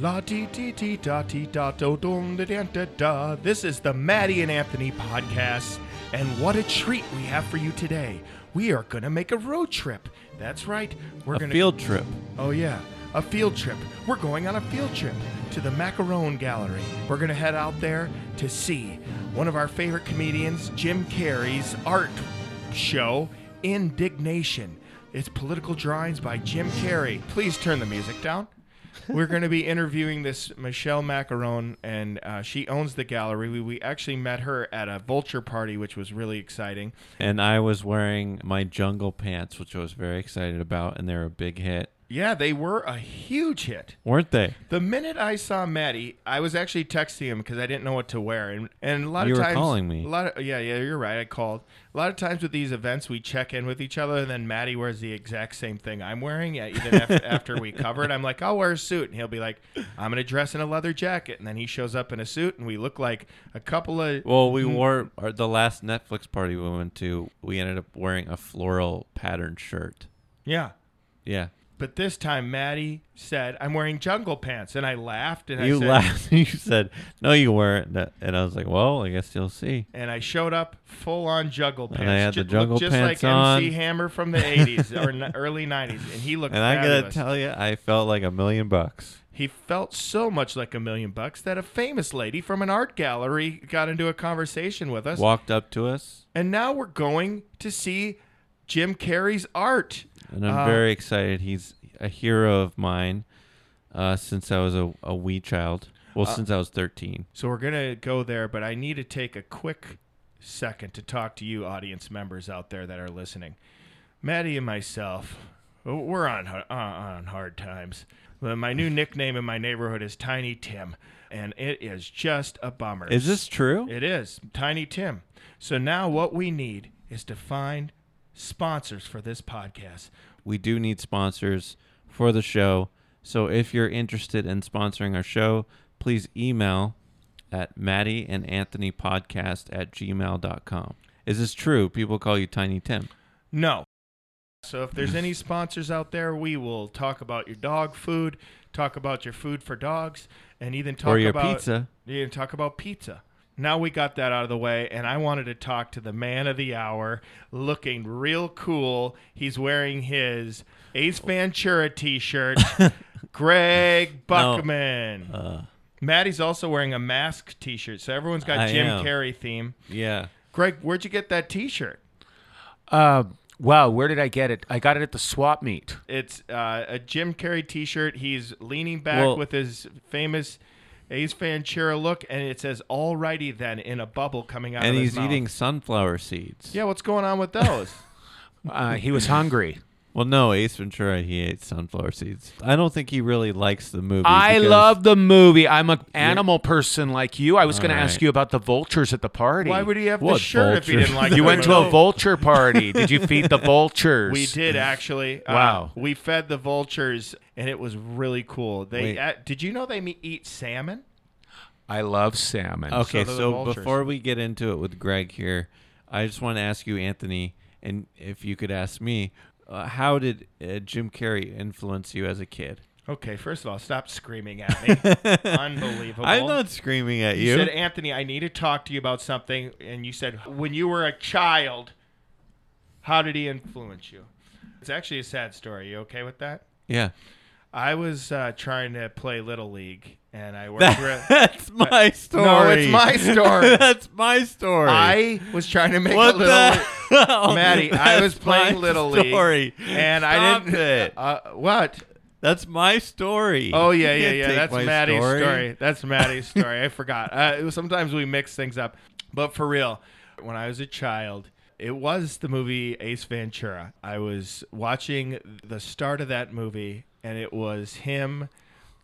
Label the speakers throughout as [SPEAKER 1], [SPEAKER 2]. [SPEAKER 1] La ti ti ti da ti da do dum da dan da da. This is the Maddie and Anthony podcast, and what a treat we have for you today. We are gonna make a road trip. That's right. We're
[SPEAKER 2] A
[SPEAKER 1] gonna
[SPEAKER 2] field trip.
[SPEAKER 1] Oh yeah, a field trip. We're going on a field trip to the Macaron Gallery. We're gonna head out there to see one of our favorite comedians, Jim Carrey's art show, Indignation. It's political drawings by Jim Carrey. Please turn the music down. We're going to be interviewing this Michelle Macaron, and uh, she owns the gallery. We, we actually met her at a vulture party, which was really exciting.
[SPEAKER 2] And I was wearing my jungle pants, which I was very excited about, and they were a big hit.
[SPEAKER 1] Yeah, they were a huge hit.
[SPEAKER 2] Weren't they?
[SPEAKER 1] The minute I saw Maddie, I was actually texting him because I didn't know what to wear, and and a lot
[SPEAKER 2] You
[SPEAKER 1] of
[SPEAKER 2] were
[SPEAKER 1] times
[SPEAKER 2] calling me.
[SPEAKER 1] A lot of yeah, yeah, you're right. I called. A lot of times with these events, we check in with each other, and then Maddie wears the exact same thing I'm wearing. Yeah, even after, after we cover it, I'm like, I'll wear a suit, and he'll be like, I'm gonna dress in a leather jacket, and then he shows up in a suit, and we look like a couple of
[SPEAKER 2] Well, we wore our, the last Netflix party we went to. We ended up wearing a floral pattern shirt.
[SPEAKER 1] yeah.
[SPEAKER 2] Yeah,
[SPEAKER 1] But this time, Maddie said, "I'm wearing jungle pants," and I laughed, and I
[SPEAKER 2] you
[SPEAKER 1] said,
[SPEAKER 2] laughed. You said, "No, you weren't," That- and I was like, "Well, I guess you'll see."
[SPEAKER 1] and I showed up full on jungle pants.
[SPEAKER 2] And I had
[SPEAKER 1] Ju-
[SPEAKER 2] the
[SPEAKER 1] looked
[SPEAKER 2] jungle
[SPEAKER 1] just
[SPEAKER 2] pants
[SPEAKER 1] like
[SPEAKER 2] on.
[SPEAKER 1] MC Hammer from the '80s or n- early '90s, and he looked.
[SPEAKER 2] And I gotta
[SPEAKER 1] fabulous.
[SPEAKER 2] tell you, I felt like a million bucks.
[SPEAKER 1] he felt so much like a million bucks that a famous lady from an art gallery got into a conversation with us,
[SPEAKER 2] Walked up to us,
[SPEAKER 1] and now we're going to see Jim Carrey's art.
[SPEAKER 2] and I'm
[SPEAKER 1] Uh,
[SPEAKER 2] very excited. He's a hero of mine uh, since I was a, a wee child. Well,
[SPEAKER 1] Uh,
[SPEAKER 2] since I was 13.
[SPEAKER 1] So we're gonna go there, but I need to take a quick second to talk to you, audience members out there that are listening. Maddie and myself, we're on ha- uh, on hard times. Well, My new nickname in my neighborhood is Tiny Tim, and it is just a bummer.
[SPEAKER 2] Is this true?
[SPEAKER 1] It is Tiny Tim. So now what we need is to find sponsors for this podcast.
[SPEAKER 2] we do need sponsors for the show. So if you're interested in sponsoring our show, please email at Maddie and Anthony podcast at gmail.com. Is this true? People call you Tiny Tim.
[SPEAKER 1] No. So if there's any sponsors out there, we will talk about your dog food, talk about your food for dogs, and even talk
[SPEAKER 2] or your
[SPEAKER 1] about
[SPEAKER 2] pizza.
[SPEAKER 1] Yeah, talk about pizza. Now we got that out of the way, and I wanted to talk to the man of the hour, looking real cool. He's wearing his Ace Ventura T-shirt. Greg Buckman.
[SPEAKER 2] Uh.
[SPEAKER 1] Maddie's also wearing a mask T-shirt, so everyone's got
[SPEAKER 2] I
[SPEAKER 1] Jim
[SPEAKER 2] am.
[SPEAKER 1] Carrey theme.
[SPEAKER 2] Yeah.
[SPEAKER 1] Greg, where'd you get that T-shirt?
[SPEAKER 3] Uh, wow, where did I get it? I got it at the swap meet.
[SPEAKER 1] It's uh, a Jim Carrey T-shirt. He's leaning back
[SPEAKER 2] Well-
[SPEAKER 1] with his famous Ace Ventura look, and it says "Alrighty then" in a bubble coming out.
[SPEAKER 2] And
[SPEAKER 1] of his
[SPEAKER 2] he's
[SPEAKER 1] mouth.
[SPEAKER 2] eating sunflower seeds.
[SPEAKER 1] Yeah, what's going on with those?
[SPEAKER 3] Uh, he was hungry.
[SPEAKER 2] Well, no, Ace Ventura, he ate sunflower seeds. I don't think he really likes the movie.
[SPEAKER 3] I
[SPEAKER 2] because-
[SPEAKER 3] love the movie. I'm an animal person like you. I was going to
[SPEAKER 2] All
[SPEAKER 3] ask
[SPEAKER 2] right.
[SPEAKER 3] you about the vultures at the party.
[SPEAKER 1] Why would he have the
[SPEAKER 2] What
[SPEAKER 1] shirt if he
[SPEAKER 2] vulture?
[SPEAKER 1] didn't like?
[SPEAKER 3] you
[SPEAKER 1] the
[SPEAKER 3] went to a
[SPEAKER 1] movie?
[SPEAKER 3] vulture party? did you feed the vultures?
[SPEAKER 1] We did actually. Uh,
[SPEAKER 3] Wow.
[SPEAKER 1] we fed the vultures, and it was really cool. They
[SPEAKER 2] Wait.
[SPEAKER 1] uh, did you know they me- eat salmon?
[SPEAKER 3] I love salmon.
[SPEAKER 2] Okay,
[SPEAKER 1] do the
[SPEAKER 2] so,
[SPEAKER 1] vultures.
[SPEAKER 2] before we get into it with Greg here, I just want to ask you, Anthony, and if you could ask me, uh, how did uh, Jim Carrey influence you as a kid?
[SPEAKER 1] Okay, first of all, stop screaming at me. Unbelievable.
[SPEAKER 2] I'm not screaming at you.
[SPEAKER 1] You said, Anthony, I need to talk to you about something. And you said, when you were a child, how did he influence you? It's actually a sad story. You okay with that?
[SPEAKER 2] yeah,
[SPEAKER 1] I was uh, trying to play Little League, and I worked. re-
[SPEAKER 2] that's my story.
[SPEAKER 1] my story.
[SPEAKER 2] that's my story.
[SPEAKER 1] I was trying to make
[SPEAKER 2] what
[SPEAKER 1] a little.
[SPEAKER 2] the hell?
[SPEAKER 1] Maddie, I was
[SPEAKER 2] That's
[SPEAKER 1] playing
[SPEAKER 2] my
[SPEAKER 1] Little
[SPEAKER 2] story.
[SPEAKER 1] League, and I
[SPEAKER 2] Stop
[SPEAKER 1] didn't.
[SPEAKER 2] it.
[SPEAKER 1] Uh, what?
[SPEAKER 2] That's my story.
[SPEAKER 1] Oh
[SPEAKER 2] You
[SPEAKER 1] yeah, yeah,
[SPEAKER 2] can't
[SPEAKER 1] yeah.
[SPEAKER 2] take
[SPEAKER 1] That's
[SPEAKER 2] my
[SPEAKER 1] Maddie's story. That's Maddie's story. I forgot. Uh, it was- sometimes we mix things up, but for real, when I was a child, it was the movie Ace Ventura. I was watching the start of that movie, and it was him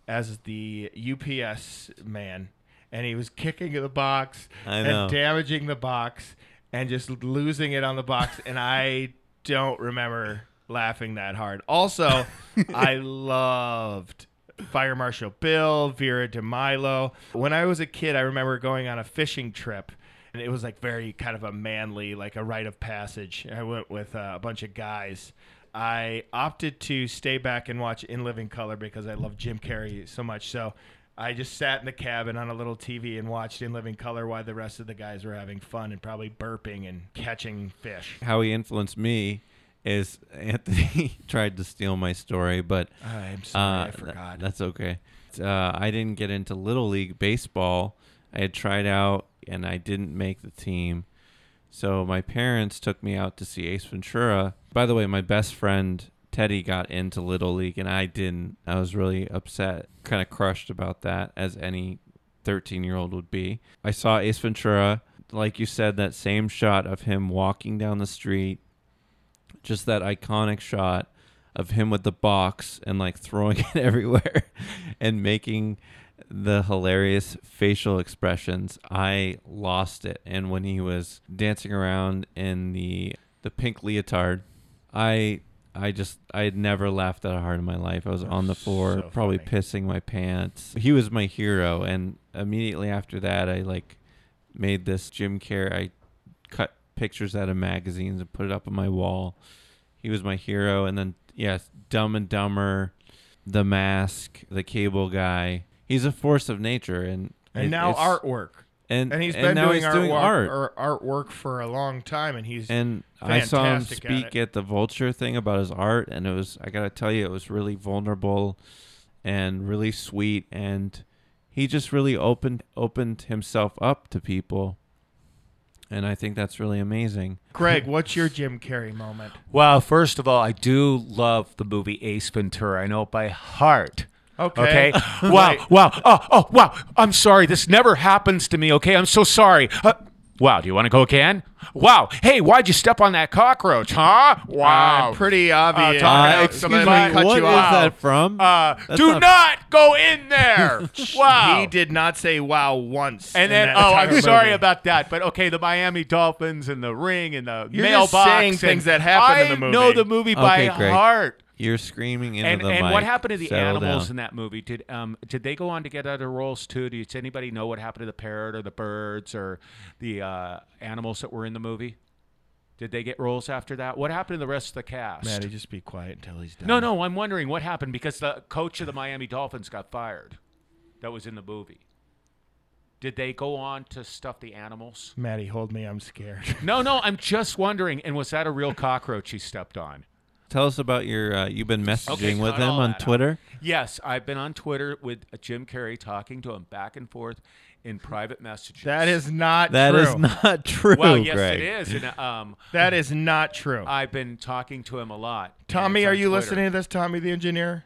[SPEAKER 1] as the UPS man, and he was kicking the box
[SPEAKER 2] I know.
[SPEAKER 1] and damaging the box and just losing it on the box, and I don't remember laughing that hard. Also, I loved Fire Marshal Bill, Vera DeMilo. When I was a kid, I remember going on a fishing trip. And it was like very kind of a manly, like a rite of passage. I went with uh, a bunch of guys, I opted to stay back and watch In Living Color because I love Jim Carrey so much. So I just sat in the cabin on a little TV and watched In Living Color while the rest of the guys were having fun and probably burping and catching fish.
[SPEAKER 2] How he influenced me is Anthony tried to steal my story, but
[SPEAKER 1] Ah, I'm sorry, I
[SPEAKER 2] th-
[SPEAKER 1] forgot.
[SPEAKER 2] Uh, that's okay. Uh, I didn't get into Little League baseball. I had tried out and I didn't make the team. So my parents took me out to see Ace Ventura. By the way, my best friend Teddy got into Little League and I didn't. I was really upset, kind of crushed about that, as any 13 year old would be. I saw Ace Ventura. Like you said, that same shot of him walking down the street, just that iconic shot of him with the box and like throwing it everywhere and making the hilarious facial expressions. I lost it. And when he was dancing around in the the pink leotard, I I just I had never laughed that hard in my life. I was on the floor,
[SPEAKER 1] So
[SPEAKER 2] probably
[SPEAKER 1] funny.
[SPEAKER 2] pissing my pants. He was my hero and immediately after that I like made this Jim Carrey I cut pictures out of magazines and put it up on my wall. He was my hero and then yes, Dumb and Dumber, The Mask, The Cable Guy. He's a force of nature and
[SPEAKER 1] and
[SPEAKER 2] it-
[SPEAKER 1] now
[SPEAKER 2] it's-
[SPEAKER 1] artwork.
[SPEAKER 2] and,
[SPEAKER 1] And he's
[SPEAKER 2] and
[SPEAKER 1] been
[SPEAKER 2] now
[SPEAKER 1] doing,
[SPEAKER 2] he's
[SPEAKER 1] artwork,
[SPEAKER 2] doing art
[SPEAKER 1] Or artwork for a long time, and he's
[SPEAKER 2] and I saw him
[SPEAKER 1] fantastic at
[SPEAKER 2] speak at,
[SPEAKER 1] it.
[SPEAKER 2] the Vulture thing about his art, and it was I gotta tell you, it was really vulnerable and really sweet, and he just really opened opened himself up to people, and I think that's really amazing.
[SPEAKER 1] Greg. What's your Jim Carrey moment?
[SPEAKER 3] Well, first of all, I do love the movie Ace Ventura. I know it by heart.
[SPEAKER 1] Okay.
[SPEAKER 3] Okay. wow.
[SPEAKER 1] Right.
[SPEAKER 3] Wow. Oh, oh, wow. I'm sorry. This never happens to me. Okay. I'm so sorry. Uh, wow. Do you want to go again? Wow. Hey, why'd you step on that cockroach, huh? Wow.
[SPEAKER 1] Uh, pretty obvious.
[SPEAKER 3] Tom,
[SPEAKER 1] Now,
[SPEAKER 3] Uh, excuse
[SPEAKER 1] somebody
[SPEAKER 3] me,
[SPEAKER 1] might cut
[SPEAKER 2] what
[SPEAKER 1] you
[SPEAKER 2] is
[SPEAKER 1] off.
[SPEAKER 2] that from?
[SPEAKER 3] uh,
[SPEAKER 2] That's
[SPEAKER 3] do
[SPEAKER 2] not-
[SPEAKER 3] not, go in there. wow.
[SPEAKER 1] He did not say wow once. in
[SPEAKER 3] And then,
[SPEAKER 1] that
[SPEAKER 3] oh,
[SPEAKER 1] entire
[SPEAKER 3] I'm sorry
[SPEAKER 1] movie.
[SPEAKER 3] about that, but okay, the Miami Dolphins and the ring and the
[SPEAKER 1] You're just
[SPEAKER 3] mailbox.
[SPEAKER 1] saying
[SPEAKER 3] and-
[SPEAKER 1] things that happen in the
[SPEAKER 3] I
[SPEAKER 1] movie.
[SPEAKER 3] know the movie by
[SPEAKER 2] Okay, Greg.
[SPEAKER 3] heart.
[SPEAKER 2] You're screaming into
[SPEAKER 3] And,
[SPEAKER 2] the
[SPEAKER 3] and
[SPEAKER 2] mic.
[SPEAKER 3] what happened to the
[SPEAKER 2] Settle
[SPEAKER 3] animals
[SPEAKER 2] down.
[SPEAKER 3] in that movie? Did um did they go on to get other roles too? Does anybody know what happened to the parrot or the birds or the uh, animals that were in the movie? Did they get roles after that? What happened to the rest of the cast?
[SPEAKER 1] Maddie, just be quiet until he's done.
[SPEAKER 3] no, no, I'm wondering what happened because the coach of the Miami Dolphins got fired. That was in the movie. Did they go on to stuff the animals?
[SPEAKER 1] Maddie, hold me. I'm scared.
[SPEAKER 3] No, no, I'm just wondering. And was that a real cockroach he stepped on?
[SPEAKER 2] Tell us about your. Uh, you've been messaging with
[SPEAKER 3] cut
[SPEAKER 2] him
[SPEAKER 3] all
[SPEAKER 2] on
[SPEAKER 3] that out.
[SPEAKER 2] Twitter.
[SPEAKER 3] Yes, I've been on Twitter with uh, Jim Carrey talking to him back and forth in private messages.
[SPEAKER 1] That is not
[SPEAKER 2] That
[SPEAKER 1] true.
[SPEAKER 2] is not true.
[SPEAKER 3] well, yes,
[SPEAKER 2] Greg.
[SPEAKER 3] it is, and uh, um,
[SPEAKER 1] That is not true.
[SPEAKER 3] I've been talking to him a lot. and
[SPEAKER 1] Tommy,
[SPEAKER 3] it's on
[SPEAKER 1] are you
[SPEAKER 3] Twitter.
[SPEAKER 1] listening to this? Tommy, the engineer.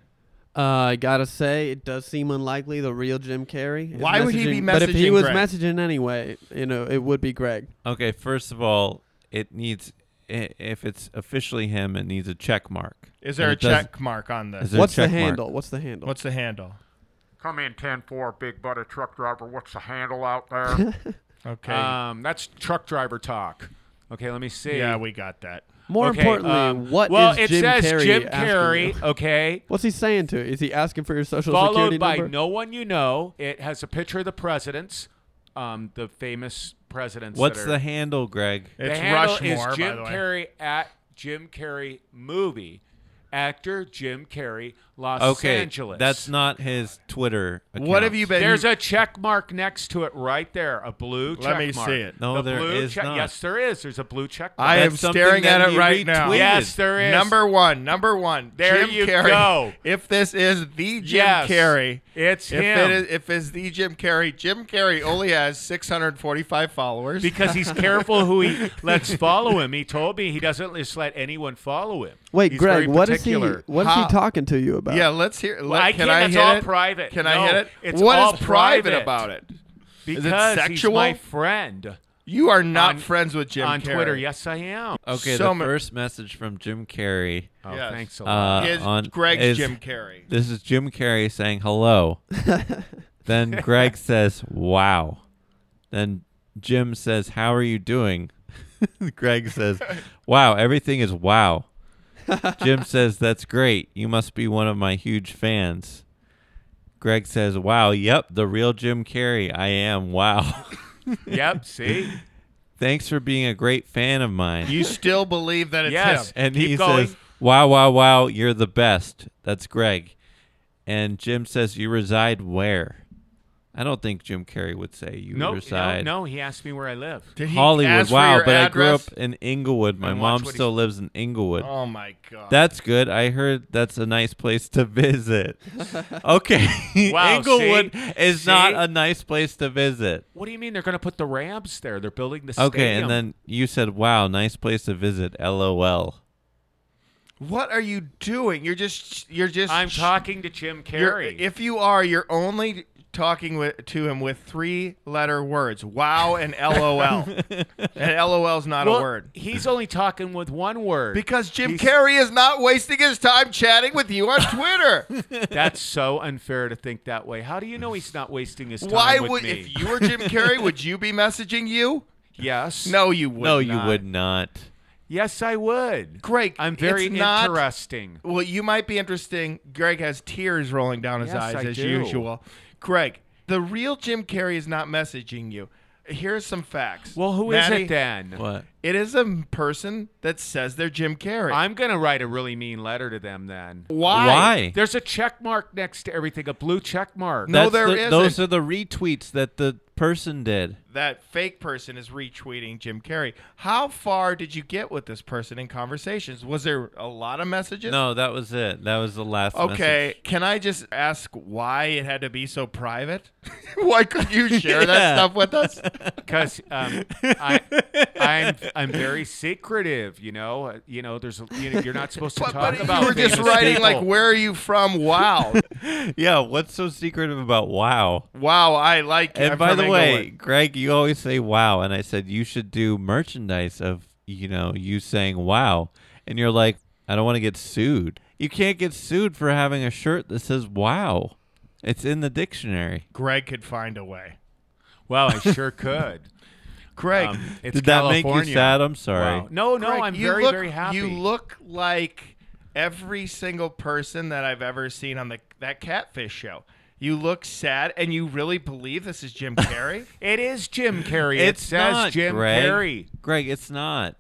[SPEAKER 4] Uh, I gotta say, it does seem unlikely the real Jim Carrey. is
[SPEAKER 1] Why would he be
[SPEAKER 4] But if he
[SPEAKER 1] messaging
[SPEAKER 4] was
[SPEAKER 1] Greg?
[SPEAKER 4] messaging anyway, you know, it would be Greg.
[SPEAKER 2] Okay, first of all, it needs i- if it's officially him, it needs a check mark.
[SPEAKER 1] Is there a
[SPEAKER 2] And it doesn't-
[SPEAKER 1] check mark on this?
[SPEAKER 2] Is there a
[SPEAKER 4] What's the
[SPEAKER 2] check mark?
[SPEAKER 4] handle? What's the handle?
[SPEAKER 1] What's the handle?
[SPEAKER 5] Come in 10 4, big butter truck driver. What's the handle out there?
[SPEAKER 1] Okay.
[SPEAKER 3] Um, that's truck driver talk. Okay, let me see.
[SPEAKER 1] yeah, we got that.
[SPEAKER 4] More
[SPEAKER 3] Okay,
[SPEAKER 4] importantly,
[SPEAKER 3] um,
[SPEAKER 4] what
[SPEAKER 3] well,
[SPEAKER 4] is
[SPEAKER 3] it
[SPEAKER 4] Jim
[SPEAKER 3] says
[SPEAKER 4] Carrey
[SPEAKER 3] Jim
[SPEAKER 4] asking
[SPEAKER 3] Carrey.
[SPEAKER 4] you?
[SPEAKER 3] Okay,
[SPEAKER 4] What's he saying to? you? Is he asking for your social security
[SPEAKER 3] followed by
[SPEAKER 4] number?
[SPEAKER 3] no one you know. It has a picture of the presidents, um, the famous presidents. that
[SPEAKER 2] What's
[SPEAKER 3] are-
[SPEAKER 2] the handle, Greg?
[SPEAKER 3] The
[SPEAKER 1] It's
[SPEAKER 3] handle
[SPEAKER 1] Rushmore,
[SPEAKER 3] is
[SPEAKER 1] by
[SPEAKER 3] Jim
[SPEAKER 1] the way.
[SPEAKER 3] Carrey at Jim Carrey movie. Actor Jim Carrey, Los
[SPEAKER 2] Okay,
[SPEAKER 3] Angeles.
[SPEAKER 2] that's not his Twitter. Account.
[SPEAKER 1] What have you been?
[SPEAKER 3] There's a check mark next to it right there, a blue check
[SPEAKER 1] Let me
[SPEAKER 3] mark.
[SPEAKER 1] see it.
[SPEAKER 2] No,
[SPEAKER 3] the
[SPEAKER 2] there
[SPEAKER 3] blue
[SPEAKER 2] is
[SPEAKER 3] check-
[SPEAKER 2] not.
[SPEAKER 3] Yes, there is. There's a blue check mark.
[SPEAKER 1] I
[SPEAKER 2] That's
[SPEAKER 1] am
[SPEAKER 2] something
[SPEAKER 1] staring
[SPEAKER 2] that
[SPEAKER 1] at
[SPEAKER 2] he
[SPEAKER 1] it right now.
[SPEAKER 2] retweeted.
[SPEAKER 3] yes, there is.
[SPEAKER 1] Number one, number one.
[SPEAKER 3] There
[SPEAKER 1] Jim
[SPEAKER 3] you
[SPEAKER 1] Carrey.
[SPEAKER 3] go.
[SPEAKER 1] If this is the Jim
[SPEAKER 3] Yes,
[SPEAKER 1] Carrey,
[SPEAKER 3] It's
[SPEAKER 1] if
[SPEAKER 3] him.
[SPEAKER 1] it is, if it's the Jim Carrey, Jim Carrey only has 645 followers.
[SPEAKER 3] because he's careful who he lets follow him. He told me he doesn't just let anyone follow him.
[SPEAKER 4] Wait,
[SPEAKER 3] He's very
[SPEAKER 4] Greg, what is he?
[SPEAKER 3] particular.
[SPEAKER 4] What is
[SPEAKER 1] How-
[SPEAKER 4] he talking to you about?
[SPEAKER 1] yeah, let's hear. Let,
[SPEAKER 3] Well, I
[SPEAKER 1] can
[SPEAKER 3] can't.
[SPEAKER 1] I
[SPEAKER 3] That's
[SPEAKER 1] hit
[SPEAKER 3] all
[SPEAKER 1] it?
[SPEAKER 3] private.
[SPEAKER 1] Can
[SPEAKER 3] No,
[SPEAKER 1] I hit it?
[SPEAKER 3] it's
[SPEAKER 1] What
[SPEAKER 3] all
[SPEAKER 1] is private,
[SPEAKER 3] private.
[SPEAKER 1] about it? Is it
[SPEAKER 3] Because
[SPEAKER 1] sexual?
[SPEAKER 3] he's my friend
[SPEAKER 1] You are not
[SPEAKER 3] On-
[SPEAKER 1] friends with Jim
[SPEAKER 3] on
[SPEAKER 1] Carrey.
[SPEAKER 3] Twitter. Yes, I am.
[SPEAKER 2] Okay,
[SPEAKER 1] so
[SPEAKER 2] the
[SPEAKER 1] ma-
[SPEAKER 2] first message from Jim Carrey.
[SPEAKER 3] Oh,
[SPEAKER 1] Yes.
[SPEAKER 3] thanks a lot.
[SPEAKER 2] Uh,
[SPEAKER 1] Is
[SPEAKER 2] on
[SPEAKER 1] Greg's
[SPEAKER 2] is-
[SPEAKER 1] Jim Carrey.
[SPEAKER 2] This is Jim Carrey saying hello. then Greg says, "Wow." Then Jim says, "How are you doing?" Greg says, "Wow, everything is wow." Jim says, "That's great. You must be one of my huge fans." Greg says, "Wow, yep, the real Jim Carrey. I am. Wow.
[SPEAKER 3] yep. See.
[SPEAKER 2] Thanks for being a great fan of mine."
[SPEAKER 1] You still believe that it's
[SPEAKER 3] yes.
[SPEAKER 1] him?
[SPEAKER 2] And
[SPEAKER 3] Keep
[SPEAKER 2] he
[SPEAKER 3] going.
[SPEAKER 2] says, wow, wow, wow, you're the best. That's Greg. And Jim says, you reside where? I don't think Jim Carrey would say you
[SPEAKER 3] No, no,
[SPEAKER 2] reside.
[SPEAKER 3] no, he asked me where I live.
[SPEAKER 1] Did he ask
[SPEAKER 2] Hollywood.
[SPEAKER 1] for
[SPEAKER 2] Wow,
[SPEAKER 1] your
[SPEAKER 2] but I grew up
[SPEAKER 1] address?
[SPEAKER 2] in Inglewood. My
[SPEAKER 3] And watch
[SPEAKER 2] mom
[SPEAKER 3] what he-
[SPEAKER 2] still lives in Inglewood.
[SPEAKER 1] Oh my god.
[SPEAKER 2] That's good. I heard that's a nice place to visit. Okay.
[SPEAKER 3] Wow,
[SPEAKER 2] Inglewood
[SPEAKER 3] see?
[SPEAKER 2] is not
[SPEAKER 3] See?
[SPEAKER 2] a nice place to visit.
[SPEAKER 3] What do you mean they're going to put the Rams there? They're building the
[SPEAKER 2] Okay,
[SPEAKER 3] stadium.
[SPEAKER 2] and then you said, "Wow, nice place to visit." LOL.
[SPEAKER 1] what are you doing? You're just you're just
[SPEAKER 3] I'm
[SPEAKER 1] sh-
[SPEAKER 3] talking to Jim
[SPEAKER 1] you're-
[SPEAKER 3] Carrey.
[SPEAKER 1] If you are, you're only talking with, to him with three letter words. Wow and LOL. and LOL's not
[SPEAKER 3] Well,
[SPEAKER 1] a word.
[SPEAKER 3] He's only talking with one word.
[SPEAKER 1] Because Jim
[SPEAKER 3] He's-
[SPEAKER 1] Carrey is not wasting his time chatting with you on Twitter.
[SPEAKER 3] That's so unfair to think that way. How do you know he's not wasting his time
[SPEAKER 1] Why
[SPEAKER 3] with
[SPEAKER 1] would
[SPEAKER 3] me?
[SPEAKER 1] if you were Jim Carrey, would you be messaging you?
[SPEAKER 3] yes.
[SPEAKER 1] No, you would.
[SPEAKER 2] no, you
[SPEAKER 1] not.
[SPEAKER 2] would not.
[SPEAKER 3] Yes, I would.
[SPEAKER 1] Greg,
[SPEAKER 3] I'm very
[SPEAKER 1] it's not-
[SPEAKER 3] interesting.
[SPEAKER 1] Well, you might be interesting. Greg has tears rolling down his
[SPEAKER 3] Yes,
[SPEAKER 1] eyes
[SPEAKER 3] I
[SPEAKER 1] as
[SPEAKER 3] do.
[SPEAKER 1] usual. Greg, the real Jim Carrey is not messaging you. Here's some facts.
[SPEAKER 3] Well, who is
[SPEAKER 1] Maddie,
[SPEAKER 3] it then?
[SPEAKER 2] What?
[SPEAKER 1] It is a person that says they're Jim Carrey.
[SPEAKER 3] I'm gonna write a really mean letter to them then.
[SPEAKER 1] Why?
[SPEAKER 2] Why?
[SPEAKER 3] There's a check mark next to everything, a blue check mark.
[SPEAKER 1] No, there
[SPEAKER 2] the,
[SPEAKER 1] isn't.
[SPEAKER 2] Those are the retweets that the person did.
[SPEAKER 1] That fake person is retweeting Jim Carrey. How far did you get with this person in conversations? Was there a lot of messages?
[SPEAKER 2] No, that was it. That was the last.
[SPEAKER 1] Okay,
[SPEAKER 2] message.
[SPEAKER 1] can I just ask why it had to be so private? why could you share
[SPEAKER 2] Yeah.
[SPEAKER 1] that stuff with us?
[SPEAKER 3] because um, I, I'm I'm very secretive. You know, Uh, you know, there's a- you know, you're not supposed to
[SPEAKER 1] But,
[SPEAKER 3] talk
[SPEAKER 1] but
[SPEAKER 3] about.
[SPEAKER 1] you were just
[SPEAKER 3] famous
[SPEAKER 1] writing like,
[SPEAKER 3] people.
[SPEAKER 1] "Where are you from?" Wow,
[SPEAKER 2] Yeah. What's so secretive about wow?
[SPEAKER 1] wow, I like.
[SPEAKER 2] And
[SPEAKER 1] I'm
[SPEAKER 2] by
[SPEAKER 1] from
[SPEAKER 2] the way,
[SPEAKER 1] Englewood.
[SPEAKER 2] Greg, you always say wow, and I said you should do merchandise of you know you saying wow, and you're like, I don't want to get sued. You can't get sued for having a shirt that says wow. It's in the dictionary.
[SPEAKER 1] Greg could find a way.
[SPEAKER 3] Well, I sure could.
[SPEAKER 1] Greg,
[SPEAKER 3] Um, it's
[SPEAKER 2] Did that make you
[SPEAKER 3] California.
[SPEAKER 2] sad? I'm sorry.
[SPEAKER 3] Wow. Oh, No, no,
[SPEAKER 1] Greg,
[SPEAKER 3] I'm
[SPEAKER 1] you
[SPEAKER 3] very
[SPEAKER 1] look,
[SPEAKER 3] very happy.
[SPEAKER 1] You look like every single person that I've ever seen on the that catfish show. You look sad, and you really believe this is Jim Carrey,
[SPEAKER 3] It is Jim Carrey. It says
[SPEAKER 2] not,
[SPEAKER 3] Jim
[SPEAKER 2] Greg.
[SPEAKER 3] Carrey.
[SPEAKER 2] Greg, it's not.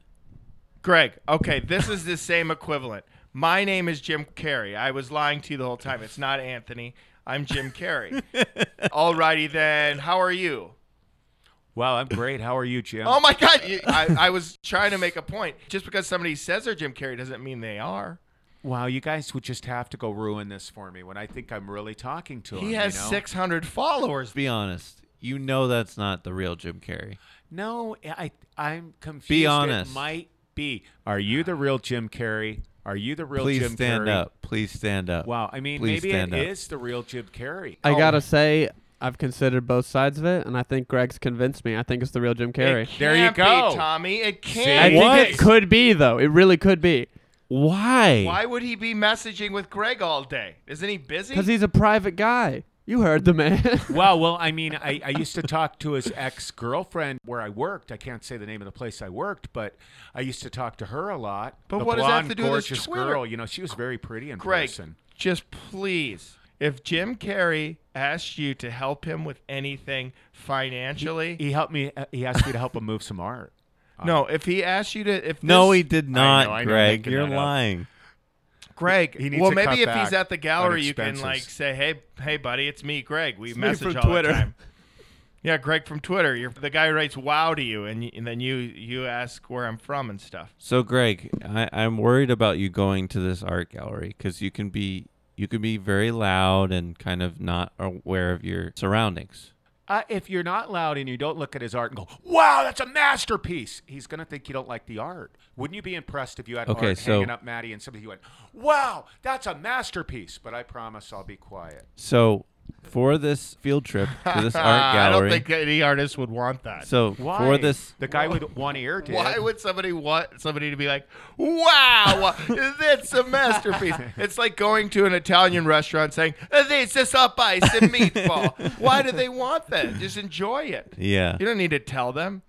[SPEAKER 1] Greg. Okay, this is the same equivalent. My name is Jim Carrey. I was lying to you the whole time. It's not Anthony. I'm Jim Carrey. Alrighty then. How are you?
[SPEAKER 3] Wow, I'm great. How are you, Jim?
[SPEAKER 1] Oh my God! You- I, I was trying to make a point. Just because somebody says they're Jim Carrey doesn't mean they are.
[SPEAKER 3] wow, you guys would just have to go ruin this for me when I think I'm really talking to him.
[SPEAKER 1] He has
[SPEAKER 3] you know?
[SPEAKER 1] 600 followers.
[SPEAKER 2] Be honest. You know that's not the real Jim Carrey.
[SPEAKER 3] No, I I'm confused.
[SPEAKER 2] honest.
[SPEAKER 3] It might be. Are you the real Jim Carrey? Are you the real
[SPEAKER 2] Please
[SPEAKER 3] Jim
[SPEAKER 2] stand
[SPEAKER 3] Carrey?
[SPEAKER 2] up. Please stand up.
[SPEAKER 3] Wow, I mean,
[SPEAKER 2] Please
[SPEAKER 3] maybe it
[SPEAKER 2] stand
[SPEAKER 3] is
[SPEAKER 2] up.
[SPEAKER 3] the real Jim Carrey.
[SPEAKER 4] I
[SPEAKER 1] Oh.
[SPEAKER 4] gotta say, I've considered both sides of it, and I think Greg's convinced me. I think it's the real Jim Carrey.
[SPEAKER 1] It can't
[SPEAKER 3] There you
[SPEAKER 1] Be,
[SPEAKER 3] go.
[SPEAKER 1] Tommy. It
[SPEAKER 4] I
[SPEAKER 1] can't.
[SPEAKER 2] See?
[SPEAKER 1] be.
[SPEAKER 2] What?
[SPEAKER 4] think it could be though. It really could be
[SPEAKER 2] Why?
[SPEAKER 1] Why would he be messaging with Greg all day? Isn't he busy?
[SPEAKER 4] because he's a private guy. You heard the man.
[SPEAKER 3] Well, well, I mean, I, I used to talk to his ex girlfriend where I worked. I can't say the name of the place I worked, but I used to talk to her a lot.
[SPEAKER 1] But
[SPEAKER 3] the
[SPEAKER 1] what does that have
[SPEAKER 3] blonde,
[SPEAKER 1] to do with his
[SPEAKER 3] gorgeous
[SPEAKER 1] Twitter?
[SPEAKER 3] girl? You know, she was very pretty in
[SPEAKER 1] Greg,
[SPEAKER 3] person.
[SPEAKER 1] just please. If Jim Carrey asked you to help him with anything financially,
[SPEAKER 3] He helped me. uh, He asked me to help him move some art.
[SPEAKER 1] no. If he asked you to, if
[SPEAKER 2] No,
[SPEAKER 1] this-
[SPEAKER 2] he did not,
[SPEAKER 3] I know,
[SPEAKER 2] Greg.
[SPEAKER 3] making
[SPEAKER 2] You're
[SPEAKER 3] that up.
[SPEAKER 2] lying.
[SPEAKER 1] Greg.
[SPEAKER 3] He needs
[SPEAKER 1] well,
[SPEAKER 3] to
[SPEAKER 1] maybe
[SPEAKER 3] cut
[SPEAKER 1] if
[SPEAKER 3] back
[SPEAKER 1] he's at the
[SPEAKER 3] on
[SPEAKER 1] gallery, you can
[SPEAKER 3] expenses.
[SPEAKER 1] like say, "Hey, hey, buddy, it's me, Greg. We
[SPEAKER 4] me
[SPEAKER 1] message
[SPEAKER 4] from
[SPEAKER 1] all
[SPEAKER 4] Twitter."
[SPEAKER 1] the time." Yeah, Greg from Twitter. You're, the guy who writes "Wow" to you, and, y- and then you you ask where I'm from and stuff.
[SPEAKER 2] So, Greg, I, I'm worried about you going to this art gallery because you can be you can be very loud and kind of not aware of your surroundings.
[SPEAKER 3] Uh, if you're not loud and you don't look at his art and go, "Wow, that's a masterpiece," he's gonna think you don't like the art. Wouldn't you be impressed if you had
[SPEAKER 2] Okay,
[SPEAKER 3] art
[SPEAKER 2] so-
[SPEAKER 3] hanging up, Maddie, and somebody went, "Wow, that's a masterpiece"? But I promise I'll be quiet.
[SPEAKER 2] So, for this field trip to this art
[SPEAKER 1] Uh, I
[SPEAKER 2] gallery,
[SPEAKER 1] don't think any artist would want that.
[SPEAKER 2] so
[SPEAKER 3] Why?
[SPEAKER 2] for this
[SPEAKER 3] the guy with one ear did.
[SPEAKER 1] Why would somebody want somebody to be like, "Wow, that's a masterpiece"? It's like going to an Italian restaurant saying, "This is a spice and meatball." Why do they want that? Just enjoy it.
[SPEAKER 2] yeah,
[SPEAKER 1] You don't need to tell them.